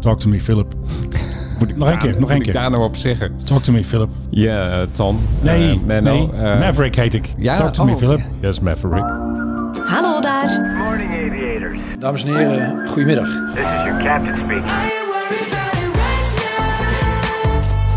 Talk to me, Philip. Moet ik nog één keer, nog één Moet ik keer. daar nou op zeggen? Talk to me, Philip. Ja, eh, Tom. Nee, nou, Eh, nee, Menno, eh, Maverick heet ik. ja, Talk to me, oh. Philip. Yes, Maverick. Hallo daar. Morning, aviators. Dames en heren, goedemiddag. This is your captain speaking.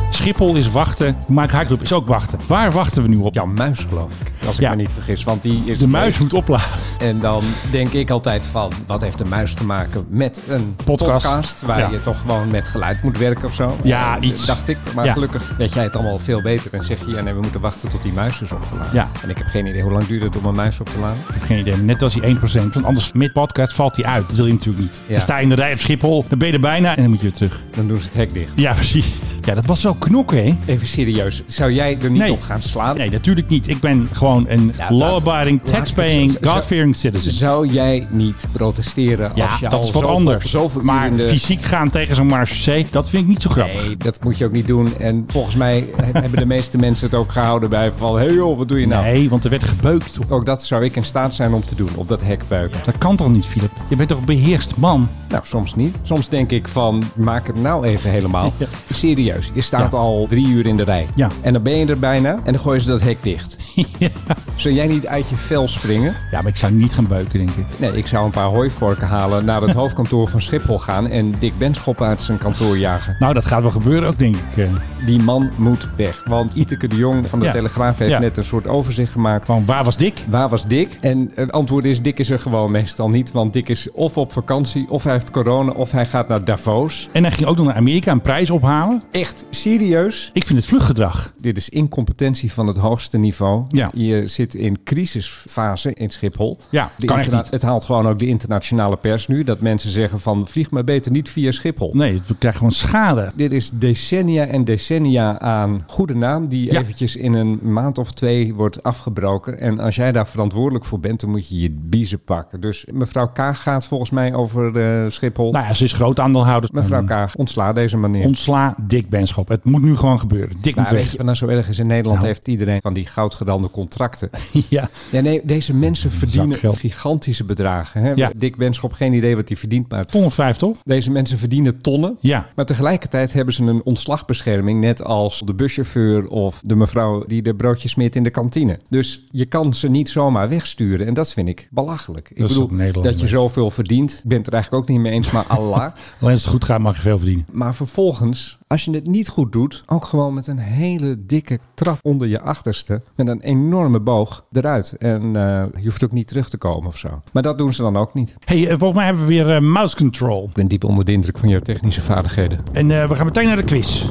Schiphol is wachten. Maak Haakloop is ook wachten. Waar wachten we nu op? Jan Muis, geloof ik. Als ik Ja. me niet vergis. Want die is De muis moet opladen. En dan denk ik altijd van, wat heeft de muis te maken met een podcast, Podcast. waar Ja. je toch gewoon met geluid moet werken of zo? Ja, Eh, iets. Dacht ik, maar Ja. gelukkig weet jij het allemaal veel beter en zeg je, ja, nee, we moeten wachten tot die muis is opgeladen. Ja. En ik heb geen idee, hoe lang duurde het om een muis op te laden? Ik heb geen idee. Net als die 1%. Want anders met podcast valt die uit. Dat wil je natuurlijk niet. Ja. Dan sta je in de rij op Schiphol. Dan ben je er bijna. En dan moet je weer terug. Dan doen ze het hek dicht. Ja, precies. Ja, dat was wel knokken, hè? Even serieus, zou jij er niet Nee. op gaan slaan? Nee, natuurlijk niet. Ik ben gewoon een Ja, law-abiding, laat- laat- tax-paying, zo- zo- God-fearing citizen. Zou jij niet protesteren Ja, als je dat al is wat zoveel- anders. zoveel uur maar in de- fysiek gaan tegen zo'n marché, dat vind ik niet zo grappig. Nee, dat moet je ook niet doen. En volgens mij he- hebben de meeste mensen het ook gehouden bij van... Hé hey joh, wat doe je nou? Nee, want er werd gebeukt. Ook dat zou ik in staat zijn om te doen, op dat hek buiken. Dat kan toch niet, Philip? Je bent toch een beheerst man? Nou, soms niet. Soms denk ik van, maak het nou even helemaal. Ja. Serieus, je staat Ja. al drie uur in de rij. Ja. En dan ben je er bijna en dan gooien ze dat hek dicht. ja, Zou jij niet uit je vel springen? maar ik zou niet gaan beuken, denk ik. Nee, ik zou een paar hooivorken halen, naar het hoofdkantoor van Schiphol gaan... en Dick Benschop uit zijn kantoor jagen. Nou, dat gaat wel gebeuren ook, denk ik. Eh, Die man moet weg. Want Iteke de Jong van de Ja. Telegraaf heeft Ja. net een soort overzicht gemaakt... Gewoon, waar was Dick? Waar was Dick? En het antwoord is, Dick is er gewoon meestal niet. Want Dick is of op vakantie, of hij heeft corona, of hij gaat naar Davos. En hij ging ook nog naar Amerika een prijs ophalen. Echt serieus? Ik vind het vluchtgedrag. Dit is incompetentie van het hoogste niveau. Ja. Je zit in crisisfase in Schiphol. Ja, De kan echt interna- niet. Het haalt gewoon ook de internationale pers nu. Dat mensen zeggen van vlieg maar beter niet via Schiphol. Nee, we krijgen gewoon schade. Dit is decennia en decennia aan goede naam die Ja. eventjes in een maand of twee wordt afgebroken. En als jij daar verantwoordelijk voor bent, dan moet je je biezen pakken. Dus mevrouw K gaat volgens mij over eh, Schiphol. Nou ja, ze is groot aandeelhouder. mevrouw Ehm, K, ontsla deze meneer. Ontsla Dick Benschop. Het moet nu gewoon gebeuren. Dick moet Nou, weet weg. je wat nou zo erg is? In Nederland Nou. heeft iedereen van die goudgedande contracten. Ja, Nee, nee, deze mensen verdienen Zakgeld. gigantische bedragen. Hè? Ja. Dick Benschop, geen idee wat hij verdient, maar ton of vijf, toch? deze mensen verdienen tonnen. Ja. Maar tegelijkertijd hebben ze een ontslagbescherming, net als de buschauffeur of de mevrouw die de broodjes smeert in de kantine. Dus je kan ze niet zomaar wegsturen en dat vind ik belachelijk. Ik is bedoel, ook Nederland, dat je weet je. zoveel verdient, ik ben het er eigenlijk ook niet mee eens, maar Allah. Alleen als het goed gaat mag je veel verdienen. maar vervolgens, als je het niet goed doet, ook gewoon met een hele dikke trap onder je achterste, met een enorme boog eruit. En eh, je hoeft ook niet terug te komen of zo. Maar dat doen ze dan ook niet. hey, eh, volgens mij hebben we weer eh, mouse control. Ik ben diep onder de indruk van jouw technische vaardigheden. En eh, we gaan meteen naar de quiz.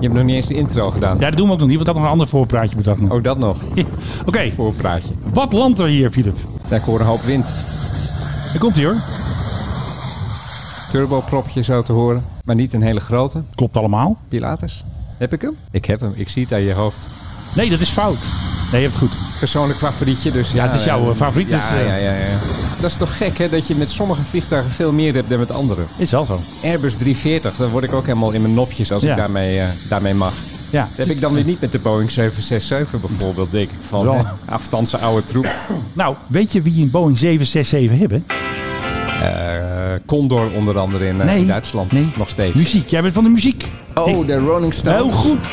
Je hebt nog niet eens de intro gedaan. Ja, dat doen we ook nog niet, want dat nog een ander voorpraatje bedacht. nog. Oh, dat nog. Oké, Voorpraatje. wat landt er hier, Filip? Ja, ik hoor een hoop wind. Daar komt hij hoor. Turbopropje zo te horen. Maar niet een hele grote. Klopt allemaal. Pilatus. Heb ik hem? Ik heb hem. Ik zie het aan je hoofd. Nee, dat is fout. Nee, je hebt het goed. Persoonlijk favorietje dus. Ja, het is jouw, eh, favoriet, Ja, dus, eh. ja, ja, ja. Dat is toch gek hè, dat je met sommige vliegtuigen veel meer hebt dan met andere. Is wel zo. Airbus 340, daar word ik ook helemaal in mijn nopjes als Ja. ik daarmee, eh, daarmee mag. Ja. Dat heb ik dan weer niet met de Boeing 767 bijvoorbeeld, denk ik. Van Wel. hè, afstandse oude troep. Nou, weet je wie een Boeing 767 hebben? Eh, Condor onder andere in, eh, Nee. in Duitsland. Nee. Nog steeds. Muziek. Jij bent van de muziek. Oh, Ik- de Rolling Stones. Heel goed.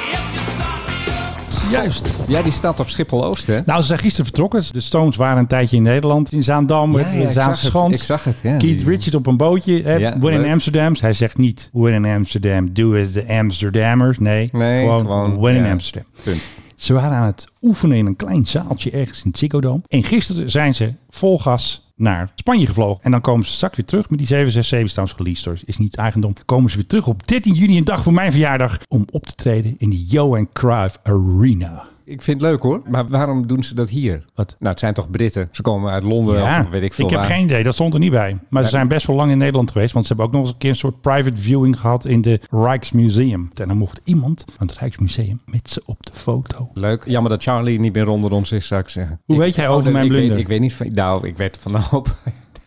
Juist. Ja, die staat op Schiphol-Oost, hè? Nou, ze zijn gisteren vertrokken. De Stones waren een tijdje in Nederland, in Zaandam, Ja, ja, in ik zag het. Zaanschans. Ik zag het, ja. Keith Die- Richard op een bootje. Hè, Ja, we're in leuk. Amsterdam. Hij zegt niet, we're in Amsterdam, do as the Amsterdammers. Nee, Nee, gewoon, gewoon, we're in ja. Amsterdam. Punt. Ze waren aan het oefenen in een klein zaaltje ergens in het Ziggo Dome. En gisteren zijn ze vol gas naar Spanje gevlogen. En dan komen ze straks weer terug met die 767 staan geleased. Dus is niet eigendom. Komen ze weer terug op 13 juni, een dag voor mijn verjaardag. Om op te treden in de Johan Cruyff Arena. Ik vind het leuk hoor, maar waarom doen ze dat hier? Wat? Nou, het zijn toch Britten? Ze komen uit Londen Ja, of weet ik veel heb waar. geen idee. Dat stond er niet bij. Maar ze zijn best wel lang in Nederland geweest. Want ze hebben ook nog eens een keer een soort private viewing gehad in de Rijksmuseum. En dan mocht iemand van het Rijksmuseum met ze op de foto. Leuk. Jammer dat Charlie niet meer onder ons is, zou ik zeggen. Hoe Ik- weet jij oh, over dat- mijn ik blunder? Weet, ik weet niet van... Nou, ik weet van de hoop.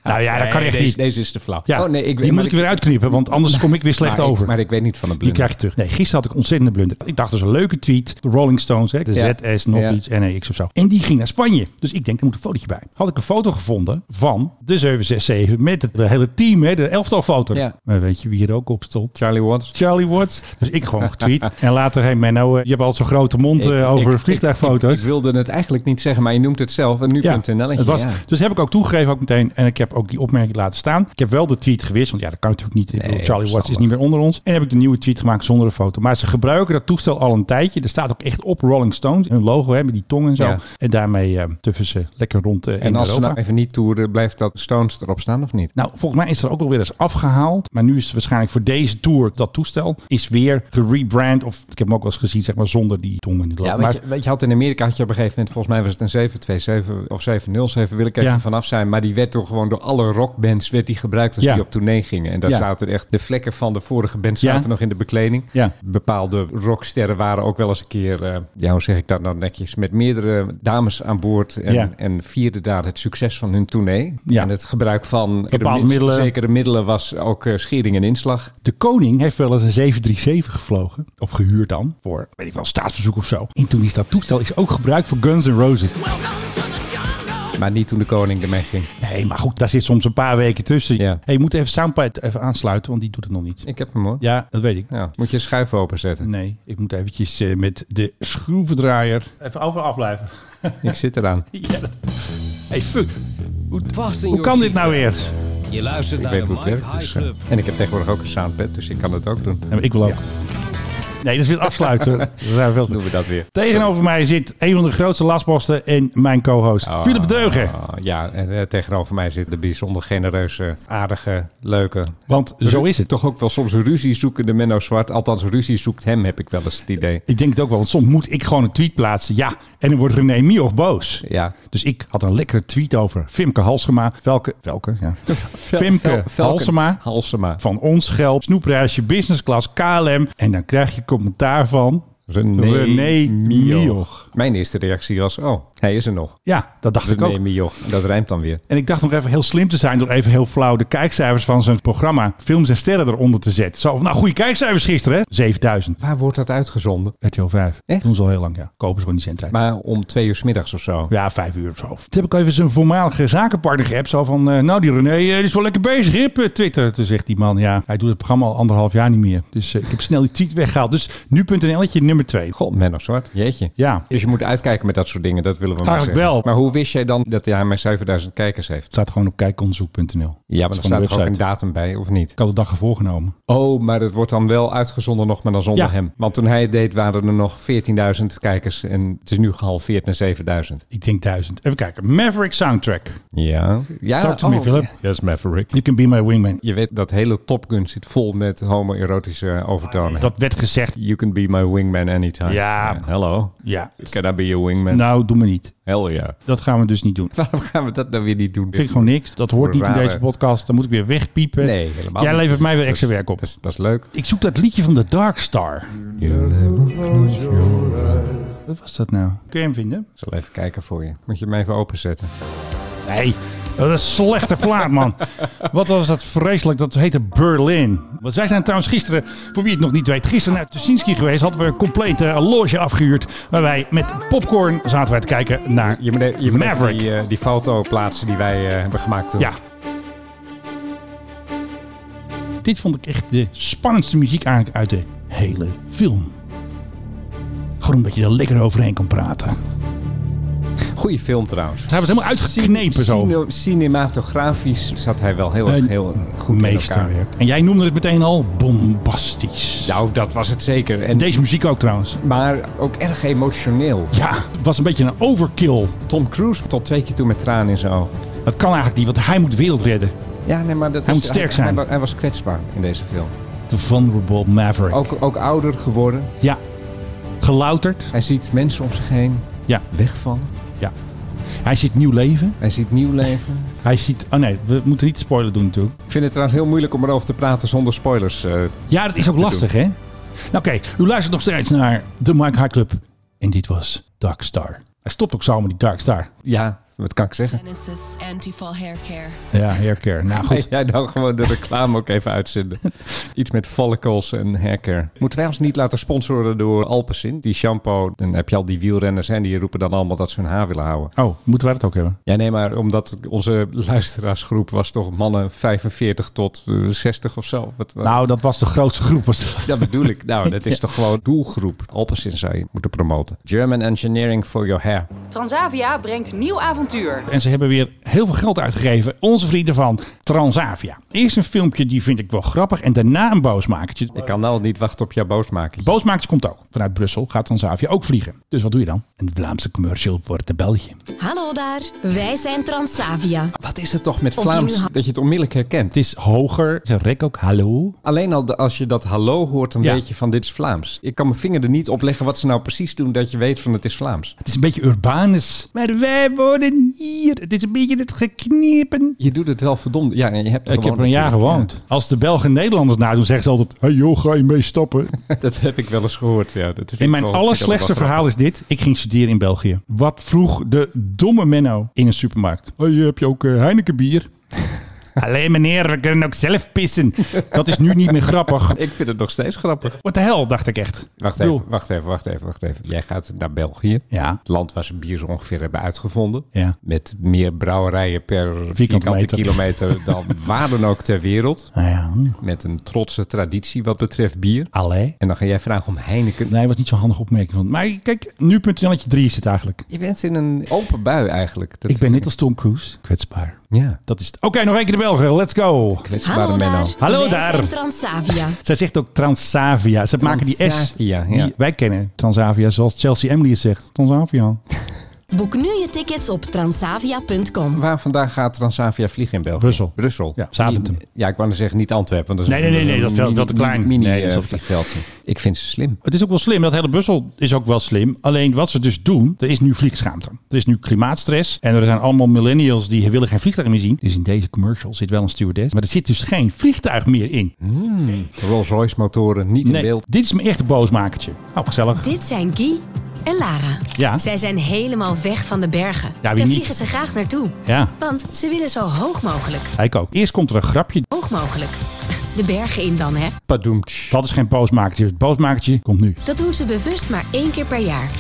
Nou ja, dat kan Nee, echt deze, niet. Deze is te flauw. Ja, oh, nee, ik, die maar moet ik weer uitknippen, want anders kom ik weer slecht maar ik- over. maar ik weet niet van Die de blunder. krijg je terug. Nee, gisteren had ik ontzettende blunder. Ik dacht, dat is een leuke tweet. De Rolling Stones, hè, de Ja. ZS, nog Ja. iets, NEX of zo. En die ging naar Spanje. Dus ik denk, er moet een fotootje bij. Had ik een foto gevonden van de 767 met het hele team, hè, de elftalfoto. Ja. Maar weet je wie er ook op stond? Charlie Watts. Charlie Watts. Dus ik gewoon getweet. en later, hey Menno, eh, je hebt al zo'n grote mond eh, Ik- over ik- vliegtuigfoto's. Ik, ik wilde het eigenlijk niet zeggen, maar je noemt het zelf. En nu komt een nelletje. het was, ja. Dus heb ik ook toegegeven ook meteen. En ik heb ook die opmerking laten staan. Ik heb wel de tweet gewist. Want ja, dat kan natuurlijk niet. Ik bedoel, Charlie Watts is verstandig. niet meer onder ons. En heb ik de nieuwe tweet gemaakt zonder de foto. Maar ze gebruiken dat toestel al een tijdje. Er staat ook echt op Rolling Stones. Hun logo hebben die tong en zo. Ja. En daarmee eh tuffen ze lekker rond eh, in En als ze Europa. nou even niet toeren, blijft dat Stones erop staan of niet? Nou, volgens mij is er ook wel weer eens afgehaald. Maar nu is het waarschijnlijk voor deze tour dat toestel is weer gerebrand. Of ik heb hem ook wel eens gezien, zeg maar, zonder die tong in de Ja, logo. weet, je, weet je, had in Amerika had je op een gegeven moment, volgens mij was het een 727 of 707, wil ik even Ja. vanaf zijn. Maar die werd toch gewoon door alle rockbands werd die gebruikt als Ja. die op tournee gingen. En daar Ja. zaten echt de vlekken van de vorige band Ja. zaten nog in de bekleding. Ja. Bepaalde rocksterren waren ook wel eens een keer, eh, ja, hoe zeg ik dat nou netjes, met meerdere dames aan boord. En, Ja. en vierden daar het succes van hun tournee. Ja. En het gebruik van Bepaalde de mi- middelen. Zekere middelen was ook eh, schering en inslag. De koning heeft wel eens een 737 gevlogen. Of gehuurd dan. Voor, weet ik wel, staatsbezoek of zo. En toen is dat toestel is ook gebruikt voor Guns N' Roses. Maar niet toen de koning ermee ging. Nee, maar goed, daar zit soms een paar weken tussen. Ja. Hey, je moet even Soundpad even aansluiten, want die doet het nog niet. Ik heb hem hoor. Ja, dat weet ik. Ja, moet je schuiven openzetten. Nee, ik moet eventjes eh, met de schroevendraaier... Even over afblijven. Ik zit eraan. ja, dat... Hey, fuck. Hoe, Vast in hoe your kan dit nou seatbelt. weer? Je luistert Ik naar weet de hoe het Mike werkt. High Dus, eh, Club. en ik heb tegenwoordig ook een soundpad, dus ik kan dat ook doen. Ja, maar ik wil ook. Nee, dat is weer het afsluiten. Daar zijn we veel te- Doen we dat weer. Tegenover mij zit een van de grootste lastposten en mijn co-host, Ah, Philip Deugen. ah, ja, en eh, tegenover mij zit de bijzonder genereuze, aardige, leuke. Want zo is het. Toch ook wel soms ruzie zoekende Menno Zwart. Althans, ruzie zoekt hem, heb ik wel eens het idee. Ik denk het ook wel, want soms moet ik gewoon een tweet plaatsen. Ja, en dan wordt René Mioch boos. Ja. Dus ik had een lekkere tweet over Femke Halsema. Welke? Welke? Ja. Femke Vel- Halsema. Halsema. Van ons geld, snoepreisje, business class, KLM. En dan krijg je commentaar van René, René Mioch. Mioch. Mijn eerste reactie was, oh, hij is er nog. Ja, dat dacht ik René ook. Mioch. Dat rijmt dan weer. En ik dacht nog even heel slim te zijn door even heel flauw de kijkcijfers van zijn programma Films en Sterren eronder te zetten. Zo, nou goede kijkcijfers gisteren hè? 7000. Waar wordt dat uitgezonden? RTL 5. Echt? Doen ze al heel lang, ja. Kopen ze gewoon die zendtijd. Maar om twee uur 's middags of zo. Ja, vijf uur of zo. Toen heb ik even zijn voormalige zakenpartner geappt. Zo van, eh, nou die René eh, die is wel lekker bezig, hip, eh, Twitter. Toen zegt die man, ja, hij doet het programma al anderhalf jaar niet meer. Dus eh, ik heb snel die tweet weggehaald. Dus nu.nl'tje nummer twee. God, Menno Zwart, jeetje. Ja. Dus je moet uitkijken met dat soort dingen, dat willen we maar Eigenlijk zeggen. wel. Maar hoe wist jij dan dat hij maar 7000 kijkers heeft? Het staat gewoon op kijkonderzoek.nl. Ja, maar Dat er is gewoon staat de toch ook een website. datum bij, of niet? Ik had de dag ervoor genomen. Oh, maar dat wordt dan wel uitgezonden nog, maar dan zonder Ja. hem. Want toen hij het deed, waren er nog 14.000 kijkers en het is nu gehalveerd naar 7000. Ik denk duizend. Even kijken. Maverick Soundtrack. Ja. ja Talk to me, Philip. Yes, Maverick. You can be my wingman. Je weet, dat hele Top Gun zit vol met homoerotische overtonen. Dat werd gezegd. You can be my wingman anytime. Ja. Hello. Ja. Can I be your wingman? Nou, doe me niet. Hell yeah. Dat gaan we dus niet doen. Waarom gaan we dat nou weer niet doen? Vind ik gewoon niks. Dat hoort niet in Rare- deze podcast. Dan moet ik weer wegpiepen. Nee, helemaal Jij niet. levert mij weer Dat is- extra werk op. Dat is, dat is leuk. Ik zoek dat liedje van de Dark Star. Wat was dat nou? Kun je hem vinden? Ik zal even kijken voor je. Moet je hem even openzetten. Nee, dat is een slechte plaat, man. Wat was dat vreselijk? Dat heette Berlin. Want wij zijn trouwens gisteren, voor wie het nog niet weet, gisteren naar Tuschinski geweest. Hadden we een complete loge afgehuurd. Waar wij met popcorn zaten wij te kijken naar Je moet, e- je moet even Maverick. die, eh, die foto plaatsen die wij eh, hebben gemaakt toen. Ja. Dit vond ik echt de spannendste muziek eigenlijk uit de hele film. Gewoon omdat je er lekker overheen kan praten. Ze Goeie film trouwens. hebben het helemaal uitgeknepen zo. Cine- cinematografisch zat hij wel heel, erg Een heel goed in elkaar. Meesterwerk. En jij noemde het meteen al bombastisch. Nou, dat was het zeker. En Deze muziek ook trouwens. maar ook erg emotioneel. Ja, het was een beetje een overkill. Tom Cruise tot twee keer toe met tranen in zijn ogen. Dat kan eigenlijk niet, want hij moet de wereld redden. Ja, nee, maar dat Hij is, moet sterk hij- zijn. Hij, wa- hij was kwetsbaar in deze film. De Vulnerable Maverick. Ook, ook ouder geworden. Ja, gelouterd. Hij ziet mensen om zich heen Ja, wegvallen. ja. Hij ziet nieuw leven. Hij ziet nieuw leven. Hij ziet... Oh nee, we moeten niet spoiler doen natuurlijk. Ik vind het trouwens heel moeilijk om erover te praten zonder spoilers. eh. Ja, dat is ook te lastig, hè? Nou, Oké, u luistert nog steeds naar de Mike High Club. En dit was Dark Star. Hij stopt ook zo met die Dark Star. ja, Wat kan ik zeggen? Genesis Antifall Hair Care. Ja, haircare. Nou goed. Hey, jij nou gewoon de reclame ook even uitzenden. Iets met follicles en haircare. Moeten wij ons niet laten sponsoren door Alpecin? Die shampoo, dan heb je al die wielrenners en die roepen dan allemaal dat ze hun haar willen houden. Oh, moeten wij dat ook hebben? Ja, nee, maar omdat onze luisteraarsgroep was toch mannen 45 tot eh, 60 of zo. Wat, wat- Nou, dat was de grootste groep. Was dat. Dat bedoel ik. Nou, dat is toch gewoon doelgroep. Alpecin zou je moeten promoten. German Engineering for Your Hair. Transavia brengt nieuw avontuur. En ze hebben weer heel veel geld uitgegeven. Onze vrienden van Transavia. Eerst een filmpje, die vind ik wel grappig. En daarna een boosmakertje. Ik kan nou niet wachten op jouw boosmakertje. Boosmakertje komt ook. Vanuit Brussel gaat Transavia ook vliegen. Dus wat doe je dan? Een Vlaamse commercial wordt de België. Hallo daar, wij zijn Transavia. Wat is het toch met Of je nu Vlaams ha- dat je het onmiddellijk herkent? Het is hoger. Ze rek ook hallo. Alleen al de- als je dat hallo hoort, dan Ja. weet je van dit is Vlaams. Ik kan mijn vinger er niet op leggen wat ze nou precies doen dat je weet van het is Vlaams. Het is een beetje urbanus. Maar wij wonen hier. Het is een beetje het geknepen. Je doet het wel verdomd. Ja, en je hebt er Ik heb gewoon er een jaar natuurlijk- gewoond. Als de Belgen Nederlanders nadoen, zeggen ze altijd... Hey joh, ga je mee stappen? Ja, dat heb ik wel eens gehoord. Ja, dat In mijn allerslechtste verhaal is dit. Ik ging studeren in België. Wat vroeg de domme Menno in een supermarkt? Hey, heb je ook eh, Heineken bier? Allee meneer, we kunnen ook zelf pissen. Dat is nu niet meer grappig. Ik vind het nog steeds grappig. Wat de hel, dacht ik echt. Wacht Ik bedoel, even, wacht even, wacht even, wacht even. Jij gaat naar België. Ja, Het land waar ze bier zo ongeveer hebben uitgevonden. Ja. Met meer brouwerijen per vierkante, meter. kilometer dan waar dan ook ter wereld. nou ja. Met een trotse traditie wat betreft bier. Allee. En dan ga jij vragen om Heineken. Nee, was niet zo'n handige opmerking. Van. Maar kijk, nu.nl'tje 3 is het eigenlijk. Je bent in een open bui eigenlijk. Dat- Ik ben net als Tom Cruise. Kwetsbaar. Ja. Dat is het. Oké, nog één keer de Belgen. Let's go. Hallo Kwetsbare Menno. daar, Hallo wij daar. zijn Transavia. Zij zegt ook Transavia. Ze maken die S. Transavia, die ja. Wij kennen Transavia zoals Chelsea Emily het zegt. Transavia. Boek nu je tickets op transavia.com. Waar vandaag gaat Transavia vliegen in België? Brussel. Brussel. Ja, Zaventem. Niet- Ja, ik wou dan zeggen niet Antwerpen. want Dat is Nee, nee, nee, nee, dat veld- dat te klein. Mini, Nee, nee, dat is dat ook- vliegveldje. Ik vind ze slim. Het is ook wel slim. Dat hele Brussel is ook wel slim. Alleen wat ze dus doen, er is nu vliegschaamte. Er is nu klimaatstress. En er zijn allemaal millennials die willen geen vliegtuig meer zien. Dus in deze commercial zit wel een stewardess. Maar er zit dus geen vliegtuig meer in. Rolls Royce motoren, niet in Nee, beeld. dit is mijn echte boosmakertje. Oh, gezellig. Dit zijn Guy en Lara. Ja. Zij zijn helemaal weg van de bergen. Ja, wie Daar niet? vliegen ze graag naartoe. Ja. Want ze willen zo hoog mogelijk. Kijk ook. Eerst komt er een grapje. Hoog mogelijk. De bergen in dan, hè. Padoemtsch. Dat is geen boosmakertje. Het boosmakertje komt nu. Dat doen ze bewust maar één keer per jaar.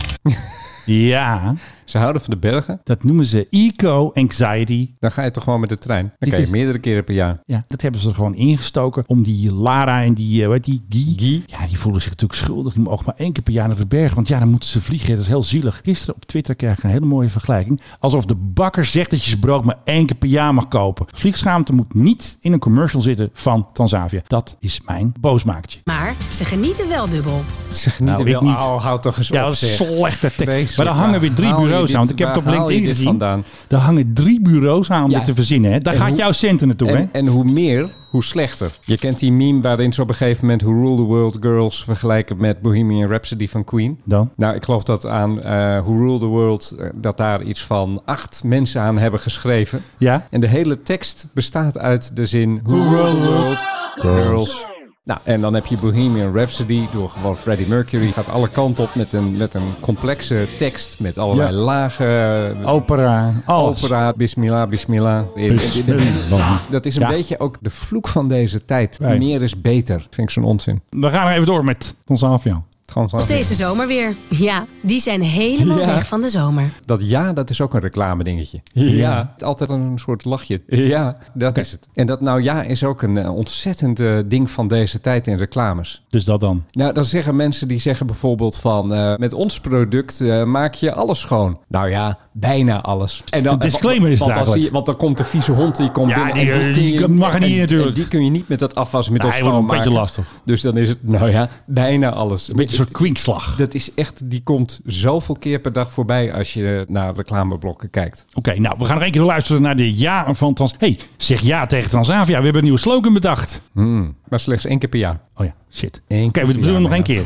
Ja, Ze houden van de bergen. dat noemen ze eco-anxiety. Dan ga je toch gewoon met de trein. Dan Dit kan je is- meerdere keren per jaar. Ja, dat hebben ze er gewoon ingestoken om die Lara en die, eh, hoe heet die, Guy. Guy. Ja, die voelen zich natuurlijk schuldig. Die mogen maar één keer per jaar naar de berg. Want ja, dan moeten ze vliegen. Dat is heel zielig. Gisteren op Twitter kreeg ik een hele mooie vergelijking. Alsof de bakker zegt dat je zijn brood maar één keer per jaar mag kopen. Vliegschaamte moet niet in een commercial zitten van Tanzavia. Dat is mijn boosmakertje. Maar ze genieten wel dubbel. Ze genieten Nou, ik wel. niet. Oh, houd toch eens Ja, op, dat is zeg. slechte tekst. Vreselijk. Maar daar hangen weer drie Waar haal je bureaus dit- aan. Want ik heb het op waar haal je LinkedIn dit gezien. vandaan? Daar hangen drie bureaus aan om Ja. dit te verzinnen. Hè? Daar En gaat hoe- jouw centen naartoe. hè? En, en hoe meer, hoe slechter. Je kent die meme waarin ze op een gegeven moment Who Rule the World Girls vergelijken met Bohemian Rhapsody van Queen. Dan? Nou, ik geloof dat aan eh, Who Rule the World, eh, dat daar iets van acht mensen aan hebben geschreven. Ja. En de hele tekst bestaat uit de zin Who Rule the World Girls. Nou, en dan heb je Bohemian Rhapsody door gewoon Freddie Mercury. Gaat alle kanten op met een, met een complexe tekst met allerlei Ja. lagen. Opera. Alles. Opera, bismillah, bismillah. Bismillah. Dat is een Ja. beetje ook de vloek van deze tijd. Nee. Meer is beter. Vind ik zo'n onzin. We gaan er even door met Tanzavia. Gewoon zo. Dus deze zomer weer. Ja, die zijn helemaal Ja. weg van de zomer. Dat ja, dat is ook een reclame dingetje. Ja. Altijd een soort lachje. Ja, dat is het. En dat nou ja is ook een eh, ontzettend eh, ding van deze tijd in reclames. Dus dat dan. Nou, dan zeggen mensen die zeggen bijvoorbeeld van... eh, met ons product eh, maak je alles schoon. Nou ja, bijna alles. En dan, Een disclaimer is het want, als eigenlijk. die- want dan komt de vieze hond, die komt Ja, binnen. die- eh, en die kun je- mag er niet in en- natuurlijk. en die kun je niet met dat afwasmiddel Nee, wordt een schoonmaken. beetje lastig. Dus dan is het, nou ja, bijna alles. Een beetje een soort kwinkslag. Dat is echt, die komt zoveel keer per dag voorbij als je naar reclameblokken kijkt. Oké, nou, we gaan nog één keer luisteren naar de ja van Trans... hey, zeg ja tegen Transavia. We hebben een nieuwe slogan bedacht. Maar slechts één keer per jaar. Oh ja, shit. Eén Oké, keer we doen ja, het nog maar één keer.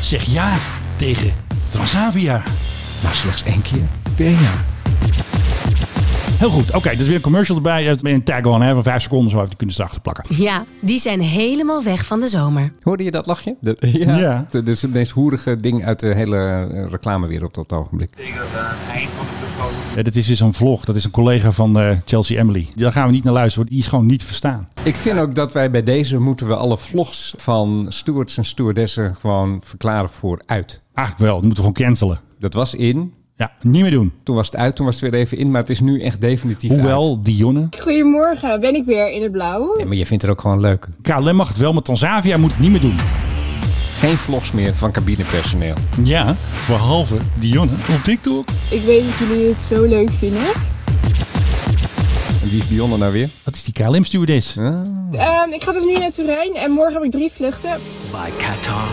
Zeg ja tegen Transavia. Maar slechts één keer per jaar. Heel goed. Oké, dus weer een commercial erbij. Met een tag-on hè, van vijf seconden. Zo even die kunnen ze erachter plakken. Ja, die zijn helemaal weg van de zomer. Hoorde je dat lachje? Dat- ja. Ja. Dat is het meest hoerige ding uit de hele eh, reclamewereld op het ogenblik. Tegen het eind van de Eh, dat is weer zo'n vlog. Dat is een collega van eh, Chelsea Emily. Daar gaan we niet naar luisteren. hoor. Die is gewoon niet verstaan. Ik vind ook dat wij bij deze moeten we alle vlogs van stewards en stewardessen gewoon verklaren voor uit. Eigenlijk wel. Dat moeten we gewoon cancelen. Dat was in, Ja, niet meer doen. toen was het uit, toen was het weer even in, maar het is nu echt definitief uit. Hoewel, Dionne. Goedemorgen, ben ik weer in het blauw? Ja, maar je vindt het ook gewoon leuk. KLM mag het wel, maar Tanzavia moet het niet meer doen. Geen vlogs meer van cabinepersoneel. Ja, behalve Dionne op TikTok. Ik weet dat jullie het zo leuk vinden. En wie is Dionne nou weer? Dat is die KLM-stewardess. Ehm, ik ga dus nu naar Turijn en morgen heb ik drie vluchten. by Qatar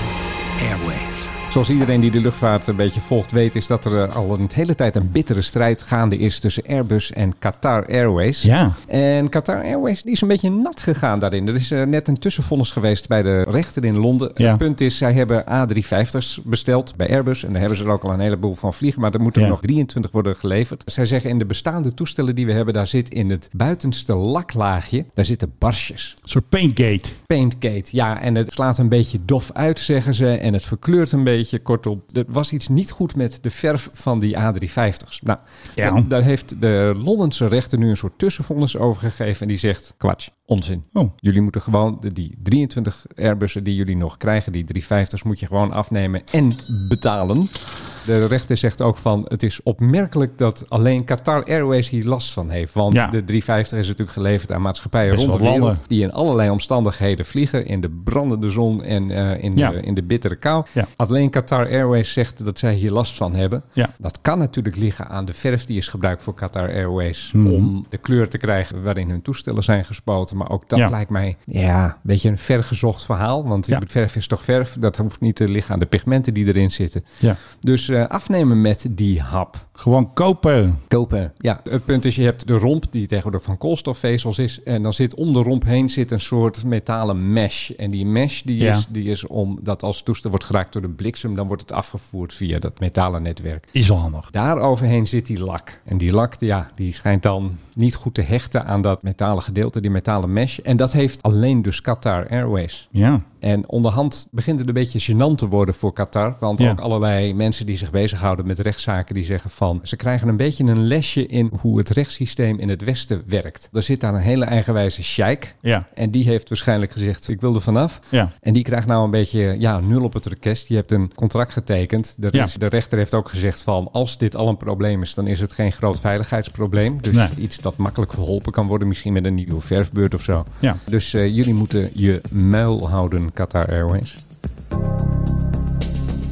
Airways. Zoals iedereen die de luchtvaart een beetje volgt weet, is dat er eh, al een hele tijd een bittere strijd gaande is tussen Airbus en Qatar Airways. Ja. En Qatar Airways die is een beetje nat gegaan daarin. Er is eh, net een tussenvonnis geweest bij de rechter in Londen. Ja. Het punt is, zij hebben A350's besteld bij Airbus. En daar hebben ze er ook al een heleboel van vliegen. Maar er moeten Ja. er nog 23 worden geleverd. Zij zeggen in de bestaande toestellen die we hebben, daar zit in het buitenste laklaagje, daar zitten barsjes. Een soort paintgate. Paintgate, ja. En het slaat een beetje dof uit, zeggen ze. En het verkleurt een beetje. Kortom, er was iets niet goed met de verf van die A350's. Nou, Ja. en daar heeft de Londense rechter nu een soort tussenvonnis over gegeven. En die zegt, kwatsch, onzin. Oh. Jullie moeten gewoon de- die 23 Airbussen die jullie nog krijgen, die 350's, moet je gewoon afnemen en betalen. De rechter zegt ook van, het is opmerkelijk dat alleen Qatar Airways hier last van heeft. Want Ja. de 350 is natuurlijk geleverd aan maatschappijen Best rond de wel wereld landen. die in allerlei omstandigheden vliegen. In de brandende zon en eh, in, Ja. de, in de bittere kou. Ja. Alleen Qatar Airways zegt dat zij hier last van hebben. Ja. Dat kan natuurlijk liggen aan de verf die is gebruikt voor Qatar Airways. Mhm. Om de kleur te krijgen waarin hun toestellen zijn gespoten. Maar ook dat Ja. lijkt mij ja, een beetje een vergezocht verhaal. Want Ja. verf is toch verf. Dat hoeft niet te liggen aan de pigmenten die erin zitten. Ja. Dus eh, afnemen met die hap. Gewoon kopen. Kopen. Ja, het punt is, je hebt de romp die tegenwoordig van koolstofvezels is. En dan zit om de romp heen zit een soort metalen mesh. En die mesh die Ja. is, die is omdat als het toestel wordt geraakt door de bliksem, dan wordt het afgevoerd via dat metalen netwerk. Is wel handig. Daar overheen zit die lak. En die lak, ja, die schijnt dan niet goed te hechten aan dat metalen gedeelte, die metalen mesh. En dat heeft alleen dus Qatar Airways. Ja. En onderhand begint het een beetje gênant te worden voor Qatar. Want Ja. ook allerlei mensen die zich bezighouden met rechtszaken... die zeggen van, ze krijgen een beetje een lesje in hoe het rechtssysteem in het Westen werkt. Er zit daar een hele eigenwijze sheik. Ja. En die heeft waarschijnlijk gezegd, ik wil er vanaf. Ja. En die krijgt nou een beetje ja, nul op het orkest. Je hebt een contract getekend. Er Ja. is- de rechter heeft ook gezegd van, als dit al een probleem is... dan is het geen groot veiligheidsprobleem. Dus Nee. iets dat makkelijk verholpen kan worden. Misschien met een nieuwe verfbeurt of zo. Ja. Dus eh, jullie moeten je muil houden, Qatar Airways.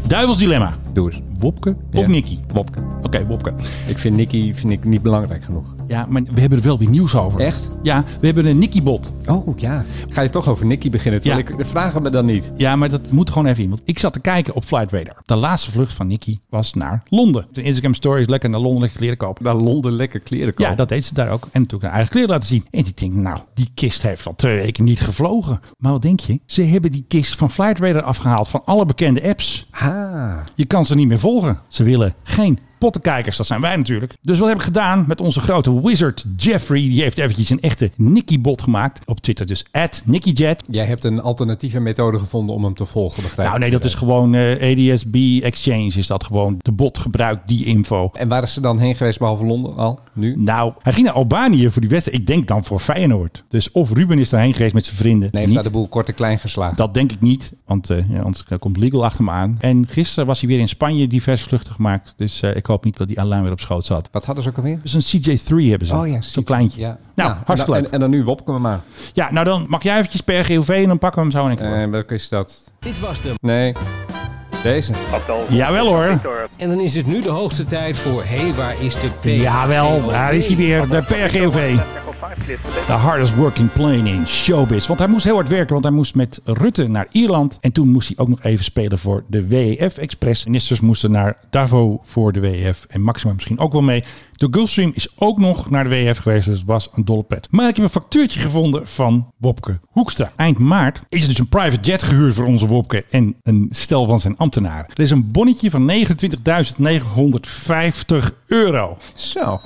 Duivels dilemma. Doe eens. Wopke of Ja. Nicky? Wopke. Oké, Wopke. Ik vind Nicky vind ik niet belangrijk genoeg. Ja, maar we hebben er wel weer nieuws over. Echt? Ja, we hebben een Nicky-bot. Oh ja. Ga je toch over Nicky beginnen? Terwijl Ja. ik, de vragen me dan niet. Ja, maar dat moet gewoon even in. Want ik zat te kijken op Flight Radar. De laatste vlucht van Nicky was naar Londen. De Instagram story is lekker naar Londen lekker kleren kopen. Naar Londen lekker kleren kopen. Ja, dat deed ze daar ook. En natuurlijk haar eigen kleren laten zien. En ik denk, nou, die kist heeft al twee weken niet gevlogen. Maar wat denk je? Ze hebben die kist van Flight Radar afgehaald van alle bekende apps. Ah. Je kan ze niet meer volgen. Ze willen geen pottenkijkers, dat zijn wij natuurlijk. Dus wat heb ik gedaan met onze grote wizard Jeffrey? Die heeft eventjes een echte Nicky-bot gemaakt op Twitter. Dus at NickyJet. Jij hebt een alternatieve methode gevonden om hem te volgen, begrijp Nou ik? nee, dat is gewoon eh, ADS-B Exchange. Is dat gewoon. De bot gebruikt die info. En waar is ze dan heen geweest, behalve Londen al? Nu? Nou, hij ging naar Albanië voor die wedstrijd. Ik denk dan voor Feyenoord. Dus of Ruben is daarheen geweest met zijn vrienden. Nee, heeft niet. daar de boel kort en klein geslagen. Dat denk ik niet, want eh, ja, anders komt legal achter me aan. En gisteren was hij weer in Spanje diverse vluchten gemaakt. Dus eh, ik hoop niet dat die Alain weer op schoot zat. Wat hadden ze ook alweer? Dus een CJ3 hebben ze. Oh ja, Zo'n kleintje. Ja. Nou, Ja, en hartstikke dan- leuk. En, en dan nu Wopke maar maar. Ja, nou dan mag jij eventjes per GOV en dan pakken we hem zo in één keer. Eh, welke is dat? Dit was de. Nee. Deze. Jawel hoor. En dan is het nu de hoogste tijd voor. Hé, hey, waar is de P? Jawel, daar is hij weer. De per GOV. The hardest working plane in showbiz. Want hij moest heel hard werken, want hij moest met Rutte naar Ierland. En toen moest hij ook nog even spelen voor de WEF Express. Ministers moesten naar Davo voor de WEF. En Maxima misschien ook wel mee. De Gulfstream is ook nog naar de WEF geweest, dus het was een dolle pret. Maar ik heb een factuurtje gevonden van Wopke Hoekstra. Eind maart is er dus een private jet gehuurd voor onze Wopke en een stel van zijn ambtenaren. Er is een bonnetje van 29.950 euro. Zo.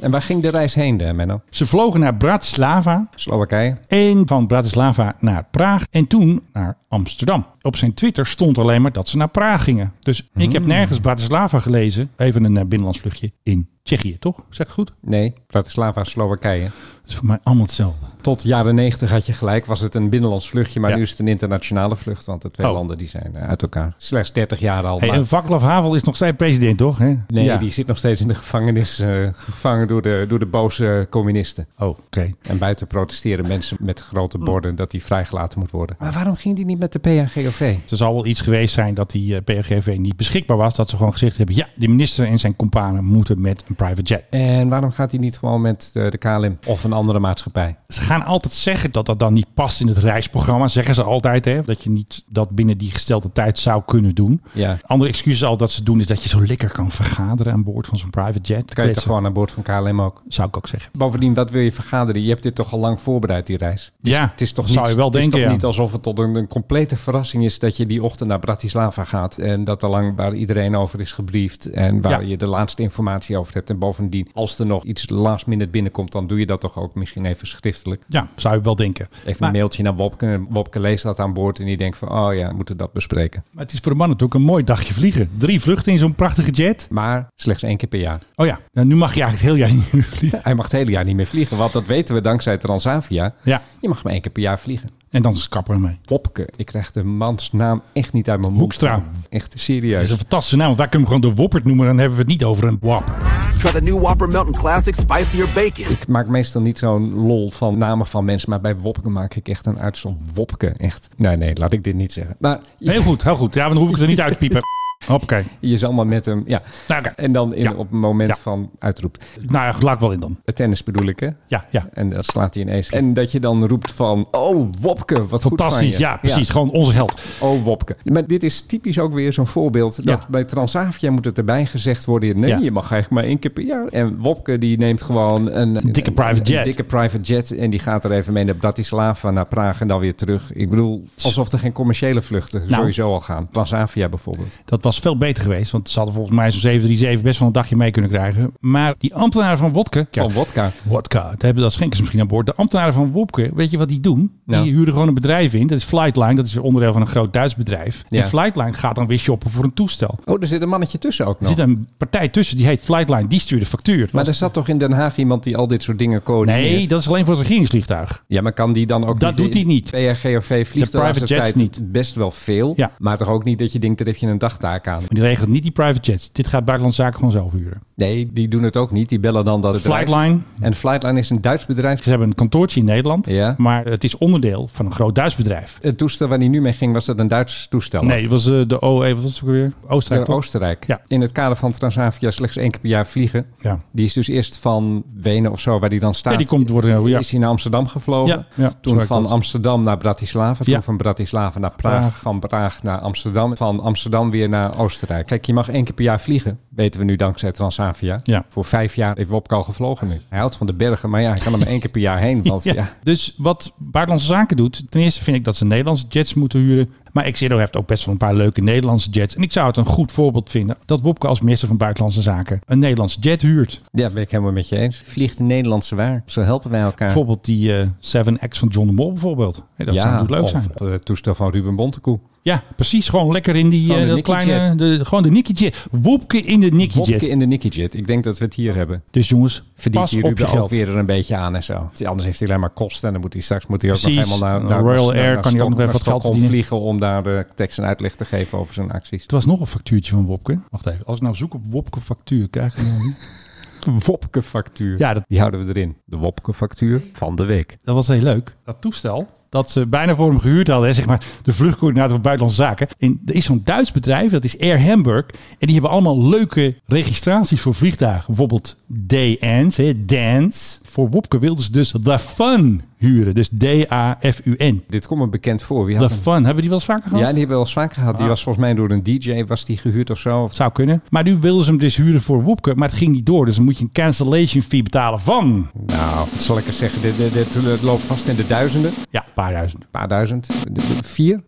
En waar ging de reis heen, eh, Menno? Ze vlogen naar Bratislava, Slowakije. En van Bratislava naar Praag en toen naar Amsterdam. Op zijn Twitter stond alleen maar dat ze naar Praag gingen. Dus ik heb nergens Bratislava gelezen. Even een eh, binnenlands vluchtje in Tsjechië, toch? Zeg ik goed? Nee, Bratislava, Slowakije. Dat is voor mij allemaal hetzelfde. Tot jaren 90 had je gelijk, was het een binnenlands vluchtje, maar Ja. nu is het een internationale vlucht, want de twee Oh. landen die zijn eh, uit elkaar. Slechts 30 jaar al. Hey, maar- en Vaclav Havel is nog steeds president, toch? Hè? nee, Ja. die zit nog steeds in de gevangenis, eh, gevangen door de, door de boze communisten. Oh, oké. En buiten protesteren mensen met grote borden dat hij vrijgelaten moet worden. Hm. Maar waarom ging die niet met de PHGOV? Er zal wel iets geweest zijn dat die eh, PRGV niet beschikbaar was. Dat ze gewoon gezegd hebben, ja, de minister en zijn kompanen moeten met een private jet. En waarom gaat hij niet gewoon met eh, de KLM of een andere maatschappij? Ze gaan altijd zeggen dat dat dan niet past in het reisprogramma. Zeggen ze altijd, hè? Dat je niet dat binnen die gestelde tijd zou kunnen doen. Ja. Andere excuses al dat ze doen is dat je zo lekker kan vergaderen aan boord van zo'n private jet. Kan je toch Kletsen, gewoon aan boord van KLM ook? Zou ik ook zeggen. Bovendien, wat wil je vergaderen? Je hebt dit toch al lang voorbereid, die reis? Ja, Het is toch, zou niet, je wel het denken. is toch ja. niet alsof het tot een, een complete verrassing is dat je die ochtend naar Bratislava gaat. En dat er lang waar iedereen over is gebriefd. En waar Ja. je de laatste informatie over hebt. En bovendien, als er nog iets last minute binnenkomt, dan doe je dat toch ook misschien even schriftelijk. Ja, zou je wel denken. Even Maar- een mailtje naar Wopke. Wopke leest dat aan boord en die denkt van, oh ja, we moeten dat bespreken. Maar het is voor de man natuurlijk een mooi dagje vliegen. Drie vluchten in zo'n prachtige jet. Maar slechts één keer per jaar. Oh ja, nou, nu mag je eigenlijk het hele jaar niet meer vliegen. Hij mag het hele jaar niet meer vliegen, want dat weten we dankzij Transavia. Ja, Je mag maar één keer per jaar vliegen. en dan is kapper mee. Wopke, ik krijg de mansnaam echt niet uit mijn mond. Hoekstra. Echt Dat is serieus. een fantastische naam, want wij kunnen hem gewoon de Woppert noemen. Dan hebben we het niet over een Wap. Try the new Whopper Mountain Classic Spicier Bacon. Ik maak meestal niet zo'n lol van namen van mensen, maar bij Wopke maak ik echt een uitzondering. Wopke, echt. Nee, nee, laat ik dit niet zeggen. Maar je, Heel goed, heel goed. Ja, dan hoef ik het er niet uit te piepen. Hoppakee. je zal maar met hem, ja. Nou, oké. En dan in, Ja. op het moment Ja. van uitroep. Nou ja, goed, laat ik wel in dan. Het tennis bedoel ik, hè? Ja, ja. En dan slaat hij ineens. En dat je dan roept van, oh Wopke, wat goed van Fantastisch, je. ja, precies. Gewoon onze held. Oh Wopke. Maar dit is typisch ook weer zo'n voorbeeld. Dat Ja. bij Transavia moet het erbij gezegd worden. Nee, Ja. je mag eigenlijk maar één keer per jaar. En Wopke die neemt gewoon een, dikke een- private een jet. dikke private jet. En die gaat er even mee naar Bratislava, naar Praag en dan weer terug. Ik bedoel, alsof er geen commerciële vluchten sowieso al gaan. Transavia bijvoorbeeld. Dat was veel beter geweest, want ze hadden volgens mij zo'n 737 best wel een dagje mee kunnen krijgen. Maar die ambtenaren van Wodka, Van Wodka. Wodka, dat hebben dat schenken ze misschien aan boord. De ambtenaren van Wopke, weet je wat die doen? Nou. Die huren gewoon een bedrijf in. Dat is Flightline, dat is onderdeel van een groot Duits bedrijf. Ja. En Flightline gaat dan weer shoppen voor een toestel. Oh, er zit een mannetje tussen ook Er nog. zit een partij tussen, die heet Flightline, die stuurt de factuur. Maar er zat toch in Den Haag iemand die al dit soort dingen coördineert? nee, dat is alleen voor het regeringsvliegtuig. Ja, maar kan die dan ook Dat in- doet hij niet. PRGOV vliegt De de laatste private jets tijd niet. best wel veel. Ja. Maar toch ook niet dat je denkt, daar heb je een dagtaak aan. Die regelt niet die private jets. Dit gaat buitenlandse zaken gewoon zelf huren. Nee, die doen het ook niet. Die bellen dan dat bedrijf. Flightline. En Flightline is een Duits bedrijf. Ze hebben een kantoortje in Nederland, Ja. maar het is onderdeel van een groot Duits bedrijf. Het toestel waar die nu mee ging, was dat een Duits toestel? Nee, het was eh, de OE, wat was het ook weer? De Oostenrijk, toch? Oostenrijk. Ja. In het kader van Transavia slechts één keer per jaar vliegen. Ja. Die is dus eerst van Wenen of zo, waar die dan staat. Ja, die komt worden, ja. Is hij naar Amsterdam gevlogen. Ja, ja, zo toen werkt van dat. Amsterdam naar Bratislava. Toen Ja. van Bratislava naar Praag, Praag. Van Praag naar Amsterdam. Van Amsterdam weer naar Oostenrijk. Kijk, je mag één keer per jaar vliegen. Weten we nu dankzij Transavia. Ja. Voor vijf jaar heeft Wopke al gevlogen nu. Hij houdt van de bergen, maar ja, hij kan er maar één keer per jaar heen. Want ja, Dus wat Buitenlandse Zaken doet, ten eerste vind ik dat ze Nederlandse jets moeten huren. Maar Xero heeft ook best wel een paar leuke Nederlandse jets. En ik zou het een goed voorbeeld vinden dat Wopke als minister van Buitenlandse Zaken een Nederlandse jet huurt. Ja, ben ik helemaal met je eens. Vliegt de Nederlandse waar. Zo helpen wij elkaar. Bijvoorbeeld die eh, 7X van John de Mol bijvoorbeeld. Hey, dat zou natuurlijk leuk of eh, zijn. het toestel van Ruben Bontekoe. Ja, precies. Gewoon lekker in die Gewoon eh, de dat Nicky kleine... Jet. De, gewoon de Nicky Jet. Wopke in de Nicky Wopke Jet. in de Nicky Jet. Ik denk dat we het hier hebben. Dus jongens, Verdient pas die op je Ruben ook geld. weer er een beetje aan en zo. Anders heeft hij alleen maar kosten. En dan moet hij straks moet hij ook Precies. nog helemaal naar, naar Royal naar- Air naar kan hij ook nog Stok- even wat naar geld Stockholm verdienen. vliegen om daar de tekst en uitleg te geven over zijn acties. Het was nog een factuurtje van Wopke. Wacht even. Als ik nou zoek op Wopke factuur, krijg ik nou niet. Wopke factuur. Ja, dat, Die houden we erin. De Wopke factuur van de week. Dat was heel leuk. Dat toestel dat ze bijna voor hem gehuurd hadden, hè, zeg maar, de vluchtcoördinator van Buitenlandse Zaken. En er is zo'n Duits bedrijf, dat is Air Hamburg. En die hebben allemaal leuke registraties voor vliegtuigen. Bijvoorbeeld D-Ans, hè, Dance. Voor Wopke wilden ze dus The Fun huren. Dus D-A-F-U-N. Dit komt me bekend voor. Wie The had hem? Fun. Hebben we die wel eens vaker Ja, gehad? die hebben we wel eens vaker gehad. Die was volgens mij door een DJ was die gehuurd of zo. Ah. Zou kunnen. Maar nu wilden ze hem dus huren voor Wopke. Maar het ging niet door. Dus dan moet je een cancellation fee betalen van... Nou, wat zal ik eens zeggen? Dit, dit, dit loopt vast in de duizenden. Ja, een paar duizend. paar duizend. De- de- Vier?